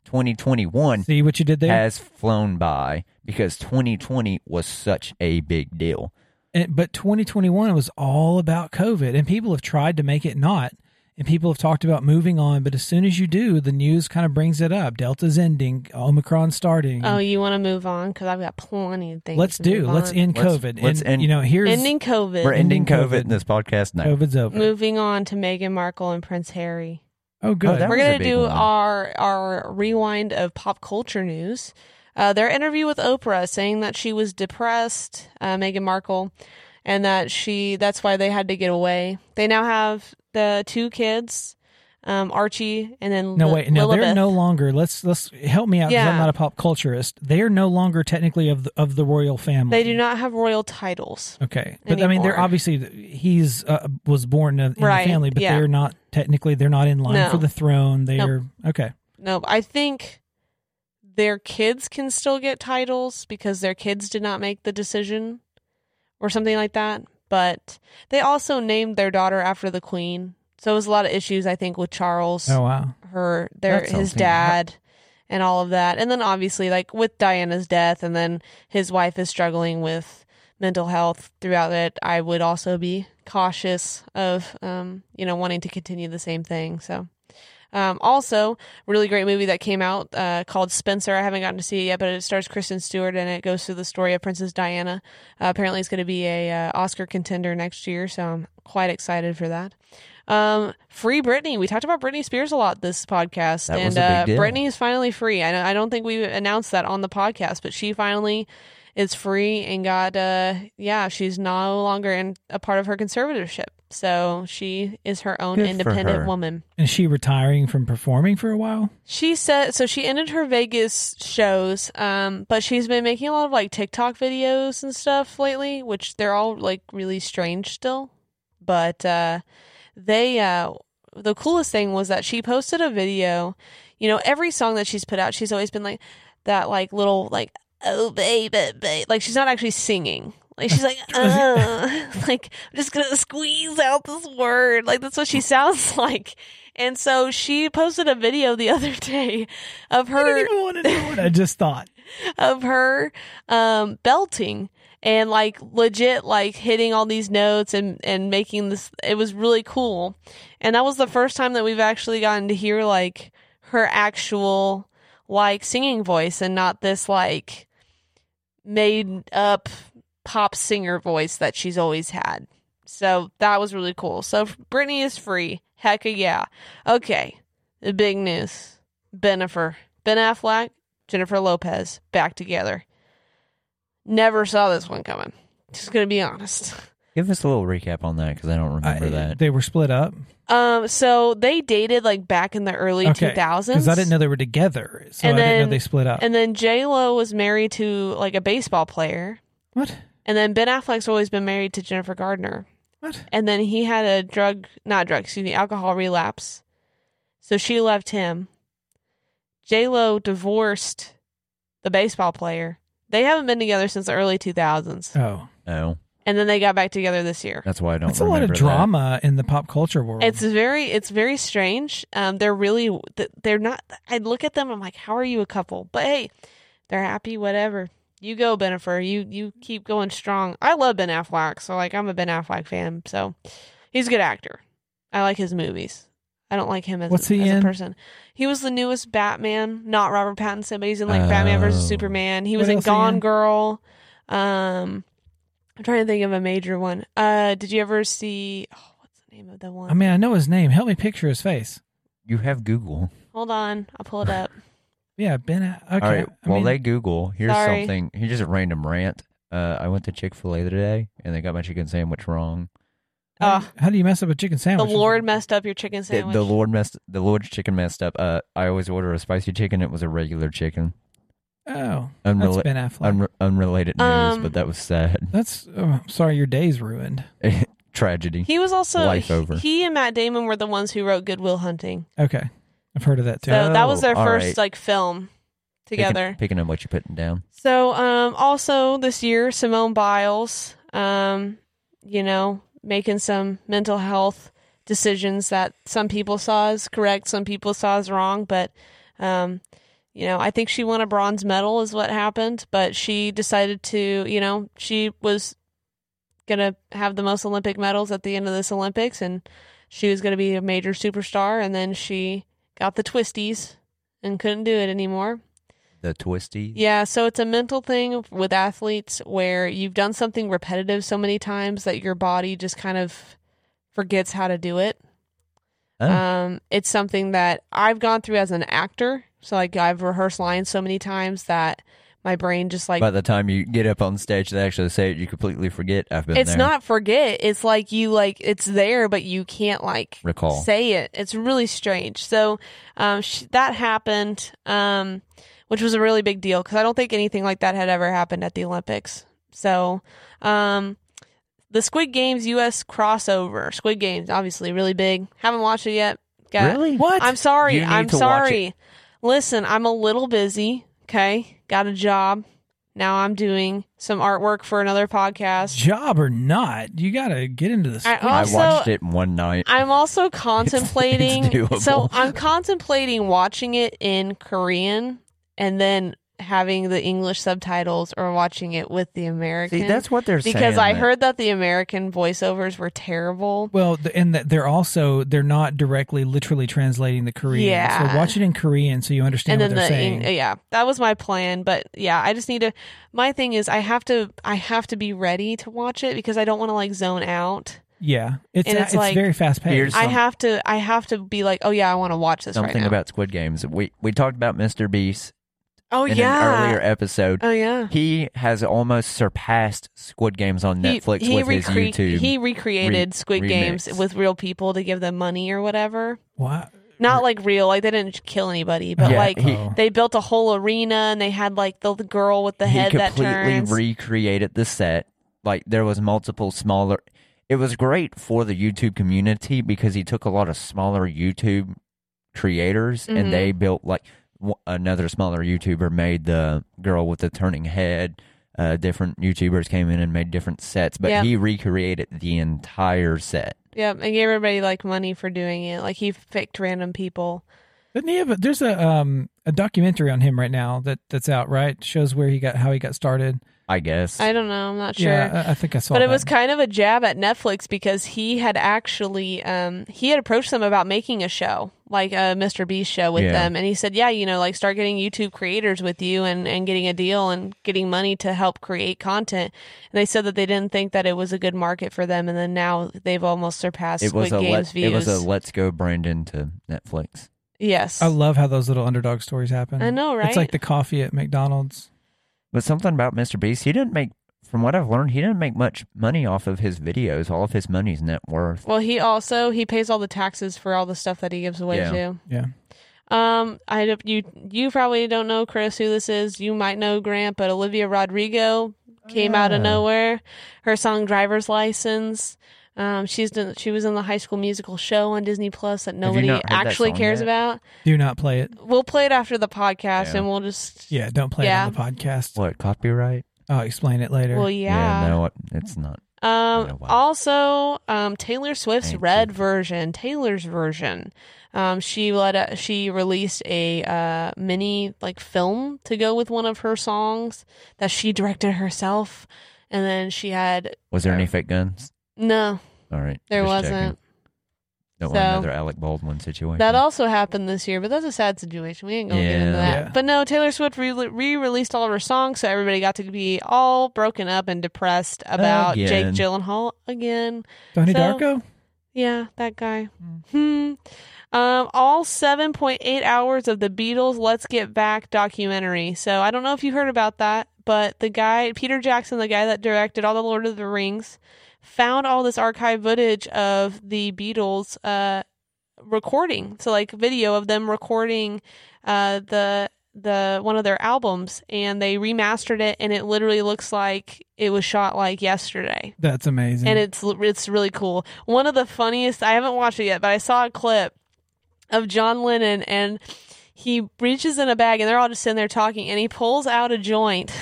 2021
See what you did there.
has flown by because 2020 was such a big deal.
And, but 2021 was all about COVID, and people have tried to make it not. And people have talked about moving on, but as soon as you do, the news kind of brings it up. Delta's ending, Omicron starting.
Oh, you want to move on? Because I've got plenty of things.
Mm-hmm. let's
to
do.
move
Let's
on.
end
Let's-
COVID.
let's
and
end-
you know, here's
ending COVID.
We're ending
Ending
COVID in
COVID.
this podcast now.
COVID's over.
Moving on to Meghan Markle and Prince Harry.
Oh, good.
Oh, that
We're
was a
gonna
big
do
one.
our our rewind of pop culture news. Uh, their interview with Oprah, saying that she was depressed, uh, Meghan Markle, and that she that's why they had to get away. They now have the two kids, um, Archie and then
no,
Li-
wait. No, they're
Lilibeth.
no longer. Let's let's help me out. 'cause I'm
Yeah.
not a pop culturist. They are no longer technically of the, of the royal family.
They do not have royal titles.
Okay, but I mean, they're
anymore.
obviously he's uh, was born in the
Right,
family, but
yeah.
they're not technically they're not in line
No.
for the throne. They
Nope.
are okay.
No, I think their kids can still get titles because their kids did not make the decision or something like that. But they also named their daughter after the queen. So it was a lot of issues, I think, with Charles,
Oh wow,
her, their,
That's
his
something.
dad, and all of that. And then obviously, like with Diana's death, and then his wife is struggling with mental health throughout it. I would also be cautious of, um, you know, wanting to continue the same thing. So. Um, also, really great movie that came out uh, called Spencer. I haven't gotten to see it yet, but it stars Kristen Stewart and it goes through the story of Princess Diana. Uh, apparently, it's going to be a uh, Oscar contender next year, so I'm quite excited for that. Um, free Britney. We talked about Britney Spears a lot this podcast,
That
and
was a big
uh,
deal.
Britney is finally free. I, I don't think we announced that on the podcast, but she finally is free and got uh yeah she's no longer in a part of her conservatorship so she is her own
Good for
independent
her.
woman
and she retiring from performing for a while.
she said so she ended her Vegas shows, um, but she's been making a lot of like TikTok videos and stuff lately, which they're all like really strange still. But uh they uh the coolest thing was that she posted a video. You know, every song that she's put out, she's always been like that like little like oh baby babe like she's not actually singing. Like she's like, uh, like I'm just gonna squeeze out this word. Like that's what she sounds like. And so she posted a video the other day of
I
her
didn't even want to know what I just thought.
of her um, belting and like legit like hitting all these notes and and making this it was really cool and that was the first time that we've actually gotten to hear like her actual like singing voice and not this like made up pop singer voice that she's always had so that was really cool so Britney is free heck yeah okay the big news Benifer Ben Affleck Jennifer Lopez back together. Never saw this one coming. Just gonna be honest.
Give us a little recap on that because I don't remember
I-
that.
They were split up
Um, so they dated like back in the early two
Okay,
thousands.
because I didn't know they were together, so
And
I didn't
then-
know they split up.
And then J Lo was married to like a baseball player,
what?
and then Ben Affleck's always been married to Jennifer Gardner,
What?
and then he had a drug, not drug, excuse me, alcohol relapse. So she left him. J Lo divorced the baseball player. They haven't been together since the early two thousands.
Oh,
oh,
and then they got back together this year.
that's why I don't.
that's a lot of
remember that.
drama in the pop culture world.
It's very, it's very strange. Um, they're really, th- they're not. I look at them, I'm like, how are you a couple? But hey, they're happy, whatever. You go, Benifer. You you keep going strong. I love Ben Affleck, so like I'm a Ben Affleck fan. So he's a good actor. I like his movies. I don't like him as,
What's he
as a
in?
person. He was the newest Batman, not Robert Pattinson, but he's in like Batman
Oh.
versus Superman. He was
What
in
else he
Gone
in?
Girl. Um, I'm trying to think of a major one. Uh, did you ever see? Oh, what's the name of the one?
I mean, I know his name. Help me picture his face.
You have Google.
Hold on, I'll pull it up.
Yeah, Ben. Okay.
All right.
I
Well,
mean,
they Google. Here's
Sorry.
something. Here's just a random rant. Uh, I went to Chick Fil A today, and they got my chicken sandwich wrong.
how,
Ugh.
how do you mess up a chicken
Uh, the
sandwich?
Lord messed up your chicken
The,
sandwich.
the Lord messed. The Lord's chicken messed up. Uh, I always order a spicy chicken. It was a regular chicken.
Oh, that's
Unrela-
Ben Affleck.
unre- unrelated news,
Um,
but that was sad.
That's oh, I'm sorry, your day's ruined.
Tragedy.
He was also
Life
he,
over.
he and Matt Damon were the ones who wrote Goodwill Hunting.
Okay, I've heard of that too.
So that was their
all
first
right.
like film
Picking-
together.
picking up what you're putting down.
So um also this year Simone Biles um you know making some mental health decisions that some people saw as correct, some people saw as wrong, but um you know, I think she won a bronze medal is what happened, but she decided to, you know, she was gonna have the most Olympic medals at the end of this Olympics, and she was gonna be a major superstar. And then she got the twisties and couldn't do it anymore.
The twisty.
Yeah, so it's a mental thing with athletes where you've done something repetitive so many times that your body just kind of forgets how to do it.
Oh.
Um, it's something that I've gone through as an actor. So like I've rehearsed lines so many times that my brain just like
By the time you get up on stage to actually say it, you completely forget. I've been
it's
there.
not forget. It's like you like it's there, but you can't like
recall.
say it. It's really strange. So um, sh- that happened, um, which was a really big deal because I don't think anything like that had ever happened at the Olympics. So um, the Squid Games U.S. crossover, Squid Games, obviously really big. Haven't watched it yet. Got-
really?
What?
I'm sorry.
You need
I'm
to watch
sorry. Listen, I'm a little busy. Okay, got a job. Now I'm doing some artwork for another podcast.
Job or not, you gotta get into this.
I
I
also
watched it in one night.
I'm also contemplating.
doable.
so I'm contemplating watching it in Korean and then having the English subtitles or watching it with the American.
See, that's what they're saying.
because I
that-
heard that the American voiceovers were terrible.
Well, th- and that they're also they're not directly literally translating the Korean.
Yeah.
So watch it in Korean so you understand
and
what
then
they're
the
saying.
Eng- uh, yeah, that was my plan. But yeah, I just need to. My thing is, I have to. I have to be ready to watch it because I don't want to like zone out.
yeah, it's
and
a-
it's
it's,
like-
very fast
Here's-
paced.
I
Some-
have to. I have to be like, oh yeah, I want to watch this right
something
now.
about Squid Games. We we talked about Mr. Beast
oh
in
yeah.
an earlier episode.
oh yeah.
He has almost surpassed Squid Games on
He-
Netflix
he
with his
recre-
YouTube.
He recreated
re-
Squid
remix.
Games with real people to give them money or whatever.
Wow.
Not like real, like they didn't kill anybody, but
Yeah,
like
he-
Oh.
they built a whole arena and they had like the, the girl with the
he
head that
completely
turns.
recreated the set. Like there was multiple smaller. It was great for the YouTube community because he took a lot of smaller YouTube creators
Mhm.
and they built like w- another smaller YouTuber made the girl with the turning head. Uh, different YouTubers came in and made different sets, but
Yeah.
he recreated the entire set.
yep, and gave everybody like money for doing it. Like he picked random people.
Doesn't he have a, there's a um a documentary on him right now that that's out right shows where he got how he got started.
I guess.
I don't know. I'm not sure.
Yeah, I, I think I saw.
But it
that.
was kind of a jab at Netflix because he had actually um, he had approached them about making a show like a Mr. Beast show with
Yeah.
them, and he said, "Yeah, you know, like start getting YouTube creators with you and and getting a deal and getting money to help create content." And they said that they didn't think that it was a good market for them, and then now they've almost surpassed
it was
Squid
a
Games
let,
views.
it was a let's go Brandon to Netflix.
yes,
I love how those little underdog stories happen.
I know, right?
It's like the coffee at McDonald's.
But something about Mr. Beast, he didn't make, from what I've learned, he didn't make much money off of his videos. All of his money's net worth.
well, he also he pays all the taxes for all the stuff that he gives away
Yeah.
too.
Yeah.
Um, I don't- you you probably don't know Chris who this is. You might know Grant, but Olivia Rodrigo came out of
Ah.
nowhere. Her song "Driver's License." Um, she's done, she was in the High School Musical show on Disney Plus that
you
nobody
not heard that
actually
song
cares
yet?
about.
Do not play it.
We'll play it after the podcast,
Yeah.
and we'll just
Yeah, don't play
Yeah.
it on the podcast.
What, copyright?
I'll explain it later.
well,
Yeah,
yeah.
no, it- it's not. know
Um,
why.
also, um, Taylor Swift's
Oh, Thank
Red
you.
version, Taylor's version. Um, she let a, she released a uh, mini like film to go with one of her songs that she directed herself, and then she had
Was there any fake guns?
no,
All right.
there
just checking.
wasn't.
Don't
So-
want another Alec Baldwin situation.
That also happened this year, but that's a sad situation. We ain't gonna get into
Yeah.
that.
Yeah.
But no, Taylor Swift re- re-released all of her songs, so everybody got to be all broken up and depressed about
Again.
Jake Gyllenhaal again.
Donnie
so-
Darko.
Yeah, that guy.
Mm.
Hmm. Um, all 7.8 hours of the Beatles Let's Get Back documentary. So I don't know if you heard about that, but the guy, Peter Jackson, the guy that directed all the Lord of the Rings, found all this archive footage of the Beatles uh, recording. So like video of them recording uh, the the one of their albums and they remastered it and it literally looks like it was shot like yesterday
That's amazing.
Mm.
and it's it's really cool. One of the funniest I haven't watched it yet, but I saw a clip of John Lennon and he reaches in a bag and they're all just sitting there talking and he pulls out a joint.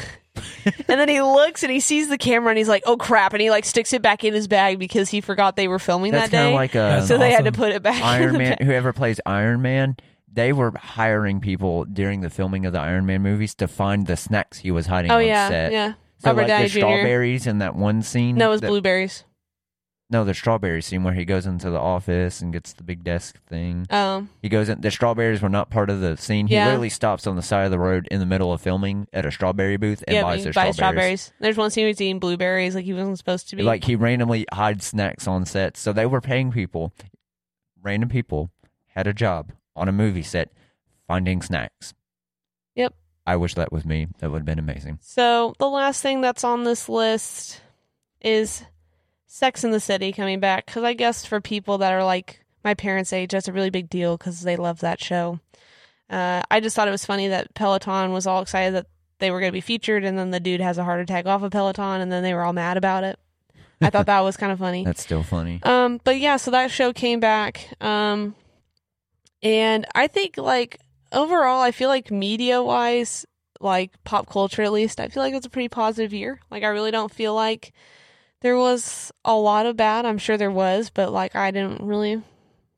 and then he looks and he sees the camera and he's like, "Oh crap!" and he like sticks it back in his bag because he forgot they were filming
That's
that
kind
day.
of like a
That's
so they had to
awesome.
put it back. in
Iron
the
Man.
bag.
Whoever plays Iron Man, they were hiring people during the filming of the Iron Man movies to find the snacks he was hiding
Oh
on
yeah,
set.
yeah.
So
Robert
like
Downey
the
Jr..
strawberries in that one scene.
No, it's
that-
blueberries.
No, the strawberry scene where he goes into the office and gets the big desk thing.
Um,
He goes in. The strawberries were not part of the scene. He
Yeah.
literally stops on the side of the road in the middle of filming at a strawberry booth and
yeah,
buys
you
their
buy
strawberries.
strawberries. There's one scene where he's eating blueberries like he wasn't supposed to be.
Like he randomly hides snacks on sets. So they were paying people, random people, had a job on a movie set finding snacks.
Yep.
I wish that was me. That would have been amazing.
So the last thing that's on this list is Sex in the City coming back because I guess for people that are like my parents' age, that's a really big deal because they love that show. Uh, I just thought it was funny that Peloton was all excited that they were going to be featured, and then the dude has a heart attack off of Peloton, and then they were all mad about it. I thought that was kind of funny.
That's still funny.
Um, but yeah, so that show came back. Um, and I think like overall, I feel like media wise, like pop culture at least, I feel like it was a pretty positive year. Like I really don't feel like there was a lot of bad. I'm sure there was, but like I didn't really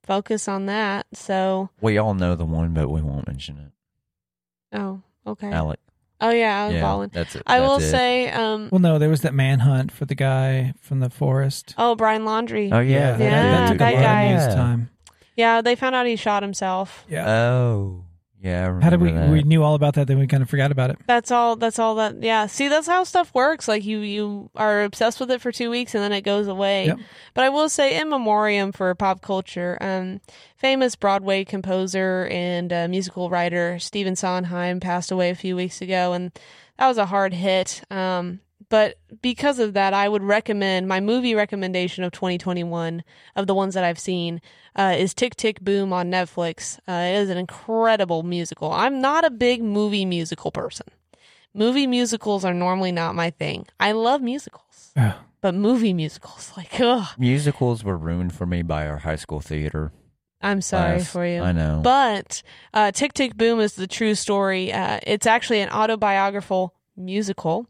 focus on that. So
We all know the one, but we won't mention it.
oh okay.
Alec.
Oh yeah, I was
Yeah,
balling.
that's it.
I
That's
will
it.
say, um,
Well, no, there was that manhunt for the guy from the forest.
oh Brian Laundry.
Oh yeah,
that,
Yeah,
that took
that
a lot
guy.
of news time.
Yeah, they found out he shot himself.
Yeah.
Oh yeah. I
How did we?
remember that.
We knew all about that, then we kind of forgot about it.
That's all. That's all that. Yeah. See, that's how stuff works. Like you, you are obsessed with it for two weeks and then it goes away.
Yep.
But I will say, in memoriam for pop culture, um, famous Broadway composer and uh, musical writer Stephen Sondheim passed away a few weeks ago, and that was a hard hit. Um, but because of that, I would recommend my movie recommendation of 2021 of the ones that I've seen uh, is Tick Tick Boom on Netflix. Uh, it is an incredible musical. I'm not a big movie musical person. Movie musicals are normally not my thing. I love musicals,
Ugh.
but movie musicals, like, ugh,
Musicals were ruined for me by our high school theater.
I'm sorry
class.
for you.
I know.
But uh, Tick Tick Boom is the true story. Uh, it's actually an autobiographical musical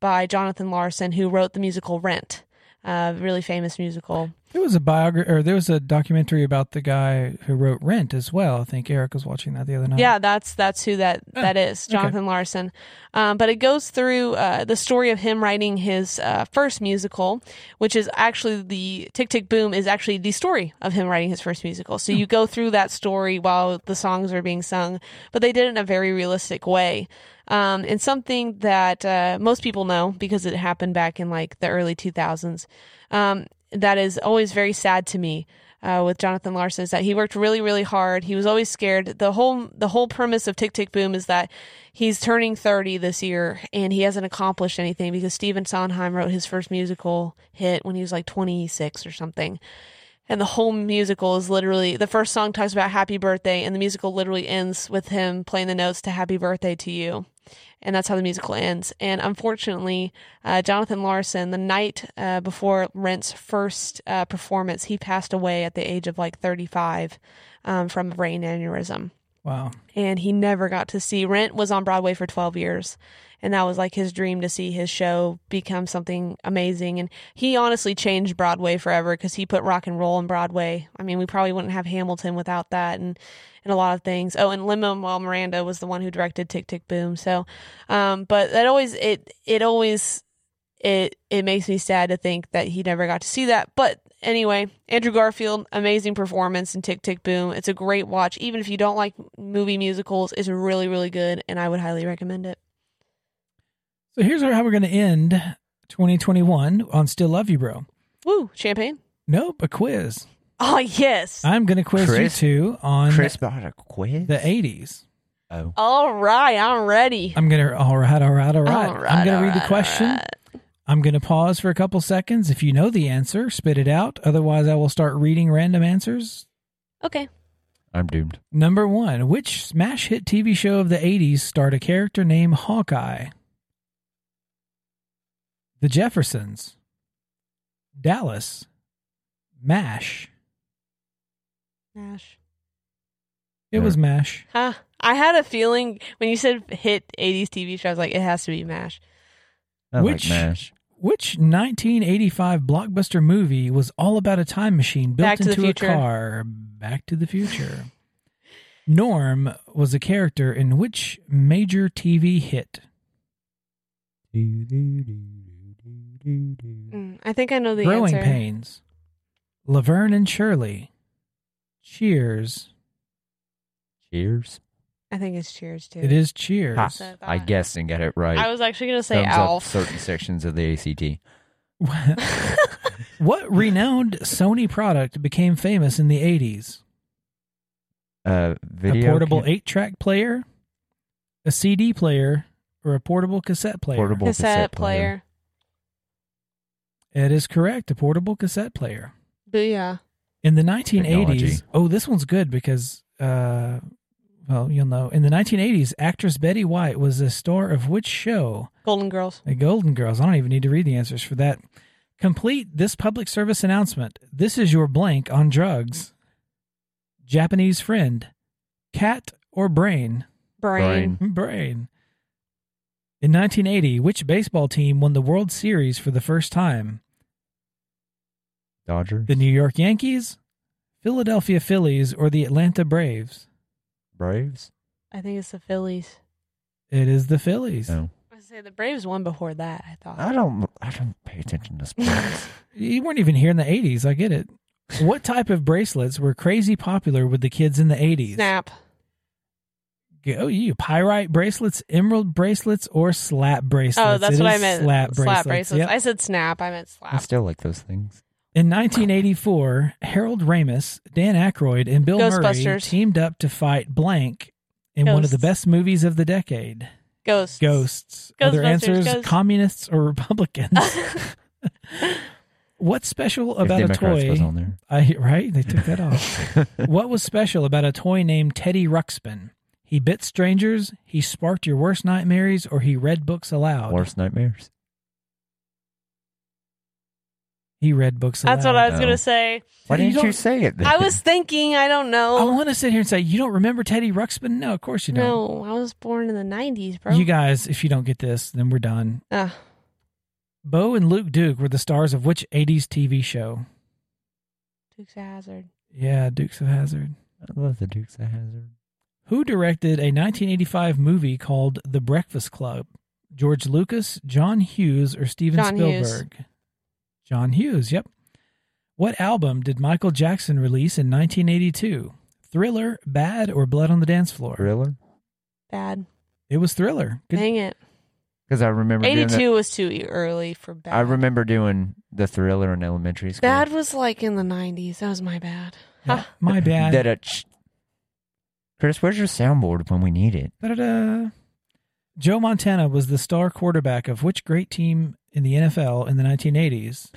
by Jonathan Larson, who wrote the musical Rent, a really famous musical.
There was a biography, or there was a documentary about the guy who wrote Rent as well. I think Eric was watching that the other night.
Yeah, that's that's who that that is, Jonathan Larson. Um, but it goes through uh, the story of him writing his uh, first musical, which is actually the Tick Tick Boom is actually the story of him writing his first musical. So you go through that story while the songs are being sung, but they did it in a very realistic way. Um, and something that uh, most people know because it happened back in like the early 2000s um, that is always very sad to me uh, with Jonathan Larson is that he worked really, really hard. He was always scared. the whole The whole premise of Tick Tick Boom is that he's turning thirty this year and he hasn't accomplished anything because Stephen Sondheim wrote his first musical hit when he was like twenty six or something. And the whole musical is literally the first song talks about happy birthday, and the musical literally ends with him playing the notes to happy birthday to you. And that's how the musical ends. And unfortunately, uh, Jonathan Larson, the night uh, before Rent's first uh, performance, he passed away at the age of like 35 um, from a brain aneurysm
Wow.
and he never got to see Rent was on Broadway for 12 years and that was like his dream to see his show become something amazing and he honestly changed Broadway forever cuz he put rock and roll on Broadway. I mean, we probably wouldn't have Hamilton without that and and a lot of things. Oh, and Lin-Manuel Miranda was the one who directed Tick Tick Boom. So, um but that always it it always it it makes me sad to think that he never got to see that. But anyway, Andrew Garfield, amazing performance in Tick Tick Boom. It's a great watch, even if you don't like movie musicals. It's really really good, and I would highly recommend it.
So here's how we're going to end 2021 on "Still Love You, Bro."
Woo, champagne.
Nope, a quiz.
Oh yes.
I'm going to quiz
Chris-
you two on
Chris bought a quiz.
the 80s.
Oh,
All right, I'm ready.
I'm gonna all right, all right, all right.
All
I'm gonna
all
read
right,
the
all
question.
right.
I'm gonna pause for a couple seconds. If you know the answer, spit it out. Otherwise, I will start reading random answers.
Okay.
I'm doomed.
Number one: Which smash hit TV show of the '80s starred a character named Hawkeye? The Jeffersons, Dallas, Mash.
Nash.
It was Mash.
Huh. I had a feeling when you said hit 80s TV show, I was like, it has to be MASH.
I
Which-
like Mash.
Which 1985 blockbuster movie was all about a time machine built
Back to the
into a
Future.
car? Back to the Future. Norm was a character in which major TV hit?
Mm, I think I know the
Growing
answer.
pains. Laverne and Shirley. Cheers.
Cheers.
I think it's Cheers too.
It is cheers.
Ha,
So
I
Ah.
that-
guessed and got it right.
I was actually gonna say
Thumbs up
Alf.
certain sections of the ACT.
what renowned Sony product became famous in the 80s?
Uh, video
a portable
ca-
eight track player, a CD player, or a portable cassette player?
Portable
Cassette player.
It is correct, a portable cassette player.
Booyah.
In the 1980s,
Technology.
oh, this one's good because, uh, well, you'll know. In the 1980s, actress Betty White was a star of which show?
Golden Girls.
The Golden Girls. I don't even need to read the answers for that. Complete this public service announcement. This is your blank on drugs. Japanese friend, cat or brain?
Brain.
Brain. In 1980, which baseball team won the World Series for the first time?
Dodger.
The New York Yankees, Philadelphia Phillies, or the Atlanta Braves?
Braves.
I think it's the Phillies.
It is the Phillies.
No,
I was gonna say the Braves won before that. I
I
thought.
don't. I don't pay attention to sports.
You weren't even here in the 80s. I get it. What type of bracelets were crazy popular with the kids in the 80s?
Snap.
Go you pyrite bracelets, emerald bracelets, or slap bracelets.
Oh, that's
It
what I
is
meant.
Slap bracelets. Yep.
I said snap. I meant slap.
I still like those things.
In 1984, Harold Ramis, Dan Aykroyd, and Bill Murray
Ghostbusters.
teamed up to fight blank in one of the
Ghosts.
best movies of the decade.
Ghosts.
Ghosts. Other
Ghostbusters,
answers:
ghosts.
communists or Republicans. What's special about
if
a
Democrats was
toy?
on there.
I, right? They took that off. What was special about a toy named Teddy Ruxpin? He bit strangers, he sparked your worst nightmares, or he read books aloud.
Worst nightmares.
He read books aloud.
That's what I was
No.
gonna say.
Why
You
didn't you
don't-
say it? Then?
I was thinking. I don't know.
I want to sit here and say, you don't remember Teddy Ruxpin? No, of course you don't.
no, I was born in the '90s, bro.
You guys, if you don't get this, then we're done.
Ah,
Bo and Luke Duke were the stars of which 80s TV show?
Duke's a Hazard.
Yeah, Dukes of Hazard.
I love the Dukes of Hazard.
Who directed a 1985 movie called The Breakfast Club? George Lucas, John Hughes, or Steven
John Hughes.
Spielberg? John Hughes, yep. What album did Michael Jackson release in 1982? Thriller, Bad, or Blood on the Dance Floor?
Thriller.
Bad.
It was Thriller. Good.
Dang it.
Because I remember doing that-
'82 was too e- early for bad.
I remember doing the Thriller in elementary school.
Bad was like in the '90s. That was my bad. Ah,
Yeah, my bad.
That a ch- Chris, where's your soundboard when we need it?
Da-da-da. Joe Montana was the star quarterback of which great team in the NFL in the 1980s?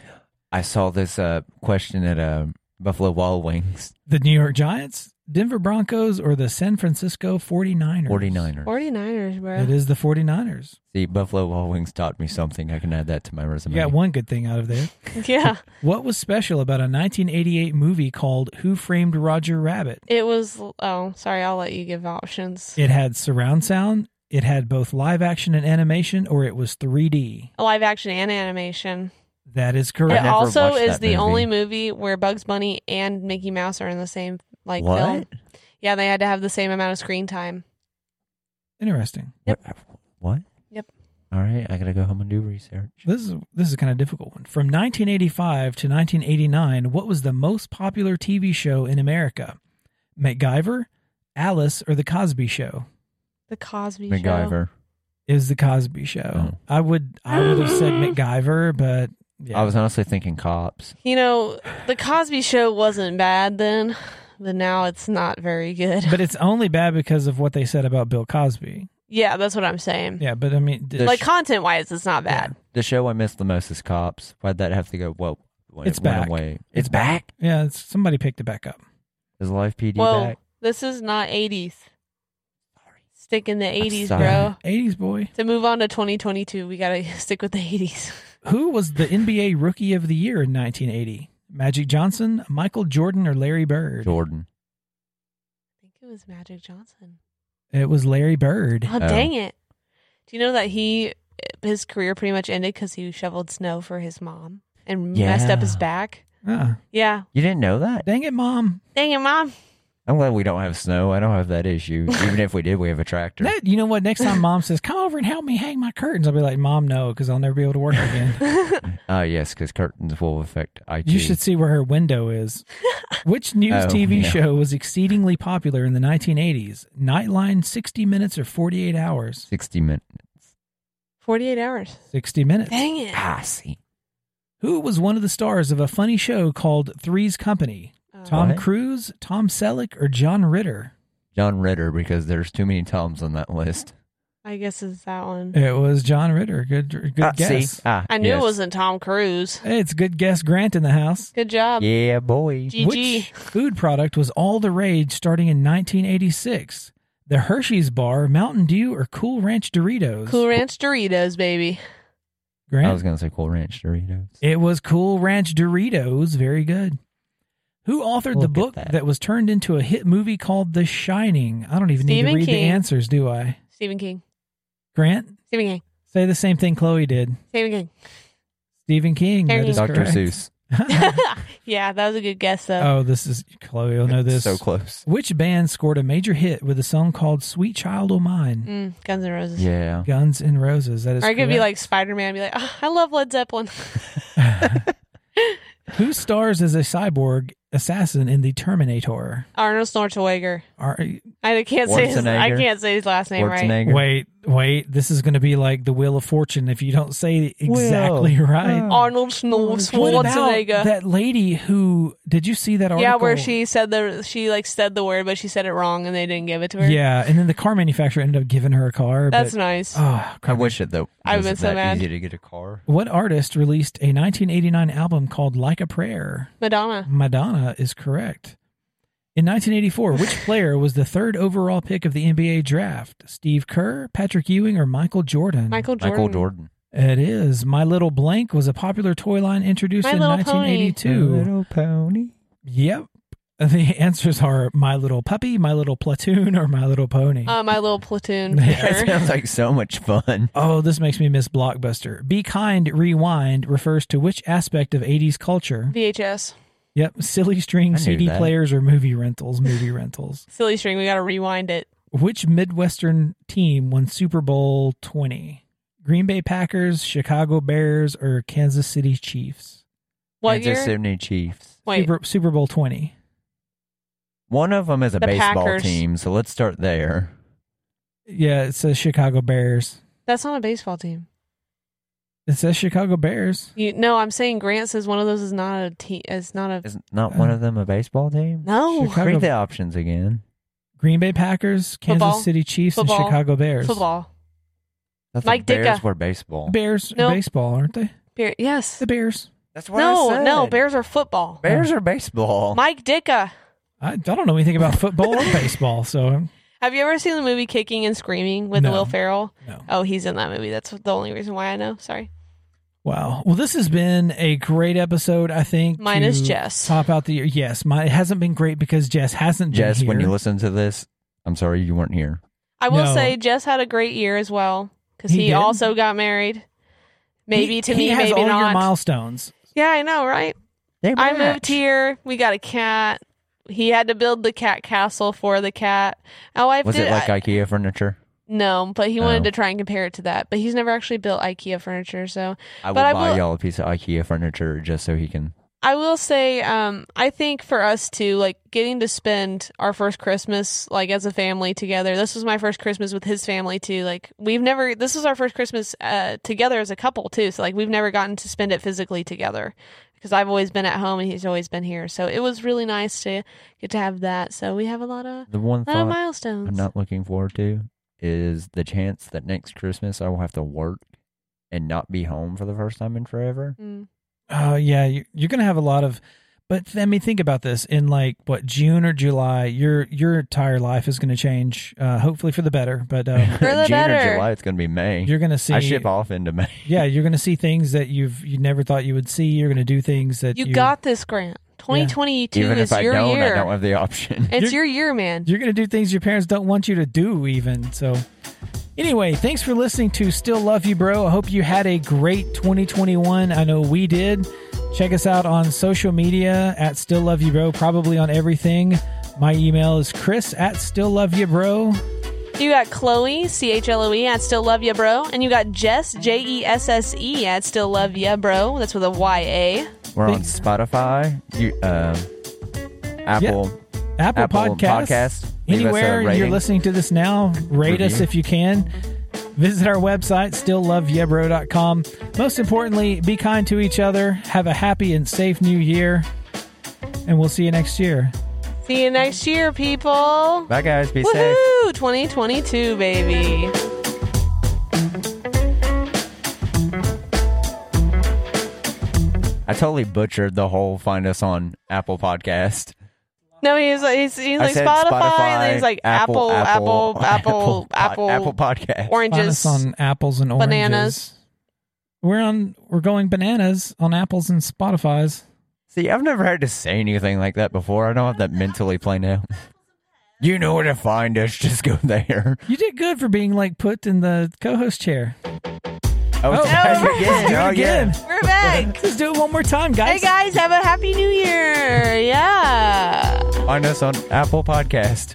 I saw this uh, question at uh, Buffalo Wild Wings
The New York Giants, Denver Broncos, or the San Francisco 49ers?
49ers.
49ers, bro.
It is the 49ers.
See, Buffalo Wild Wings taught me something. I can add that to my
You
resume.
got one good thing out of there.
Yeah.
What was special about a 1988 movie called Who Framed Roger Rabbit?
It was. Oh, sorry. I'll let you give options.
It had surround sound, it had both live action and animation, or it was 3D.
Live action and animation.
That is
It
correct.
never
also
watched
is
that
the
movie.
only movie where Bugs Bunny and Mickey Mouse are in the same like uh,
what?
film. Yeah, they had to have the same amount of screen time.
Interesting.
What? What?
Yep.
All right, I gotta go home and do research.
This is this is kind of difficult one. From 1985 to 1989, what was the most popular TV show in America? MacGyver, Alice, or The Cosby Show?
The Cosby Show.
MacGyver.
Is The Cosby Show?
Oh.
I would I would have said MacGyver, but yeah.
I was honestly thinking cops.
You know, the Cosby Show wasn't bad then, but now it's not very good.
but it's only bad because of what they said about Bill Cosby.
Yeah, that's what I'm saying.
Yeah, but I mean, did-
The
Like content wise, it's not bad.
The show I miss the most is Cops. Why'd that have to go? Well, when
It's
it went
back.
away. It's, back.
yeah, it's, somebody picked it back up.
Is Life PD
Whoa,
back?
this is not 80s. Stick in the 80s,
sorry.
bro.
80s boy.
To move on to 2022, we gotta stick with the 80s.
Who was the NBA Rookie of the Year in 1980? Magic Johnson, Michael Jordan, or Larry Bird?
Jordan.
I think it was Magic Johnson.
It was Larry Bird.
Oh, dang it! Do you know that he his career pretty much ended because he shoveled snow for his mom and messed up his
Yeah.
back?
Ah,
Yeah.
You didn't know that?
dang it, mom.
Dang it, mom!
I'm glad we don't have snow. I don't have that issue. Even if we did, we have a tractor.
That, you know what? Next time mom says, "Come over and help me hang my curtains," I'll be like, "Mom, no," because I'll never be able to work again.
Ah, yes, because curtains will affect IT.
You should see where her window is. Which news
Oh,
TV
yeah.
show was exceedingly popular in the 1980s? Nightline 60 Minutes or 48 Hours?
60 minutes.
48 hours.
60 Minutes.
Dang it.
Ah, see.
Who was one of the stars of a funny show called Three's Company?
Oh.
Tom
What?
Cruise, Tom Selleck, or John Ritter?
John Ritter, because there's too many Toms on that list.
I guess it's that one.
It was John Ritter. Good, good
ah,
guess.
See? Ah,
I knew
Uh, yes.
it wasn't Tom Cruise.
Hey, it's good guess. Grant in the house.
Good job.
Yeah, boy.
Gee. GG.
Which food product was all the rage starting in 1986? The Hershey's bar, Mountain Dew, or Cool Ranch Doritos?
Cool Ranch Doritos, baby.
Grant?
I was going to say Cool Ranch Doritos.
It was Cool Ranch Doritos. Very good. Who authored
Look
the
at
book that.
that.
was turned into a hit movie called The Shining? I don't even need to
Stephen
read the
King.
answers, do I?
Stephen King.
Grant,
Stephen King.
say the same thing Chloe did.
Stephen King.
Stephen King. That
King.
is
Dr. Seuss.
correct.
yeah, that was a good guess though.
oh, this is Chloe. will know this.
So close.
Which band scored a major hit with a song called "Sweet Child O' Mine"?
Mm, Guns N' Roses.
Yeah.
Guns and Roses. That is.
Or it could be
correct.
like Spider Man, be like, oh, I love Led Zeppelin.
Who stars as a cyborg assassin in the Terminator?
Arnold Schwarzenegger.
Are,
I can't say his, I
Schwarzenegger.
can't say his last name right.
Schwarzenegger.
Wait, wait. This is going to be like the Wheel of Fortune if you don't say exactly right.
Oh.
Arnold Schwarzenegger.
Hmm. What about
Schwarzenegger.
that lady who did you see that article?
Yeah, where she said the she like said the word, but she said it wrong, and they didn't give it to her.
Yeah, and then the car manufacturer ended up giving her a car.
that's
but,
nice.
oh,
I
crap.
wish it though.
I
was
would've been so
that
mad.
easy to get a car.
What artist released a 1989 album called "Like a Prayer"? Hmm.
Madonna.
Madonna is correct. In 1984, which player was the third overall pick of the NBA draft? Steve Kerr, Patrick Ewing, or Michael Jordan?
Michael Jordan.
Michael Jordan.
It is. My Little Blank was a popular toy line introduced
My
in
Little
1982.
pony.
Yep. The answers are My Little Puppy, My Little Platoon, or My Little Pony.
Uh, my little platoon. For
Yeah.
That
sure.
sounds like so much fun.
oh, this makes me miss Blockbuster. Be Kind, Rewind refers to which aspect of 80s culture?
VHS.
Yep. Silly string,
I knew
CD
that.
players, or movie rentals? Movie rentals.
Silly string. We gotta rewind it.
Which Midwestern team won Super Bowl 20? Green Bay Packers, Chicago Bears, or Kansas City Chiefs?
What
Kansas
year?
City Chiefs.
Wait.
Super, Super Bowl 20.
One of them is a
The
baseball
Packers.
team, so let's start there.
Yeah, it says Chicago Bears.
That's not a baseball team.
It says Chicago Bears.
You no, I'm saying Grant says one of those is not a team. It's not a
Is not one of them a baseball team?
no
Chicago-
Read the options again.
Green Bay Packers, Kansas
Football.
City Chiefs,
Football.
and Chicago Bears.
football.
That's
Mike
the Bears
Ditka.
were baseball.
Bears are
Nope.
baseball, aren't they?
Bear- yes.
The Bears.
That's what I
No,
said.
no. Bears are football.
Bears are baseball.
Mike Dicka.
I, I don't know anything about football or baseball, so um,
Have you ever seen the movie Kicking and Screaming with
No.
Will Ferrell?
no.
Oh, he's in that movie. That's the only reason why I know. Sorry.
Wow. Well, this has been a great episode, I think.
Mine is
to
Jess.
Top out the year. Yes, my, it hasn't been great because Jess hasn't been
Jess, when
here.
you listen to this, I'm sorry you weren't here.
I will
No.
say Jess had a great year as well because
He
he,
did?
also got married. Maybe
He-
to
he
me,
has
maybe
all your
not.
milestones.
yeah, I know, right?
They
I
match.
moved here. We got a cat. He had to build the cat castle for the cat. My wife
Was
did.
it like
I-
IKEA furniture?
no, but he wanted
Oh.
to try and compare it to that. But he's never actually built IKEA furniture, so
I will
But I
buy
will-
y'all a piece of IKEA furniture just so he can.
I will say, um, I think for us too, like getting to spend our first Christmas like as a family together. This was my first Christmas with his family too. Like we've never, this was our first Christmas uh, together as a couple too. So like we've never gotten to spend it physically together because I've always been at home and he's always been here. So it was really nice to get to have that. So we have a lot of
The one
lot of
thought I'm
milestones.
not looking forward to is the chance that next Christmas I will have to work and not be home for the first time in forever.
Mm.
Oh yeah, you- you're going to have a lot of. But I mean, think about this: in like what June or July, your your entire life is going to change. Uh, hopefully for the better, but um,
For the
June
better.
or July, it's going to be May.
you're going to see.
I ship off into May.
Yeah, you're going to see things that you've you never thought you would see. You're going to do things that
You got this, Grant. 2022
Even
is
if I
your
don't, I
year.
don't have the option.
it's
You're-
your year, man.
You're going to do things your parents don't want you to do, even. So, anyway, thanks for listening to Still Love You, Bro. I hope you had a great 2021. I know we did. Check us out on social media at Still Love You, Bro, probably on everything. My email is chris at still love you, bro.
You got Chloe, C H L O E, at Still Love Ya Bro. And you got Jess, J E S S E, at Still Love Ya Bro. That's with a Y A.
We're on
Big-
Spotify, you, um, Apple.
Apple,
Apple
Podcasts.
Podcast. Leave us a
Anywhere you're
rating.
listening to this now, rate us
Review.
if you can. Visit our website, stillloveyebro.com. Most importantly, be kind to each other. Have a happy and safe new year. And we'll see you next year.
See you next year, people.
Bye, guys. Be safe.
Woohoo! 2022, baby.
I totally butchered the whole find us on Apple podcast.
No, he's like, he's, he's
I
like
said
Spotify, and then he's like Apple, Apple, Apple, Apple,
Apple, Pod- Apple podcast.
Find us
oranges.
on apples and oranges.
Bananas.
We're on. We're going bananas on apples and Spotify's.
See, I've never had to say anything like that before. I don't have that mentally planned out. You know where to find us. Just go there.
You did good for being like put in the co-host chair.
Oh, it's
Oh,
back
we're-
again. Oh, yeah.
Again,
We're back.
let's do it one more time, guys.
Hey guys, have a happy new year. Yeah.
Find us on Apple Podcast.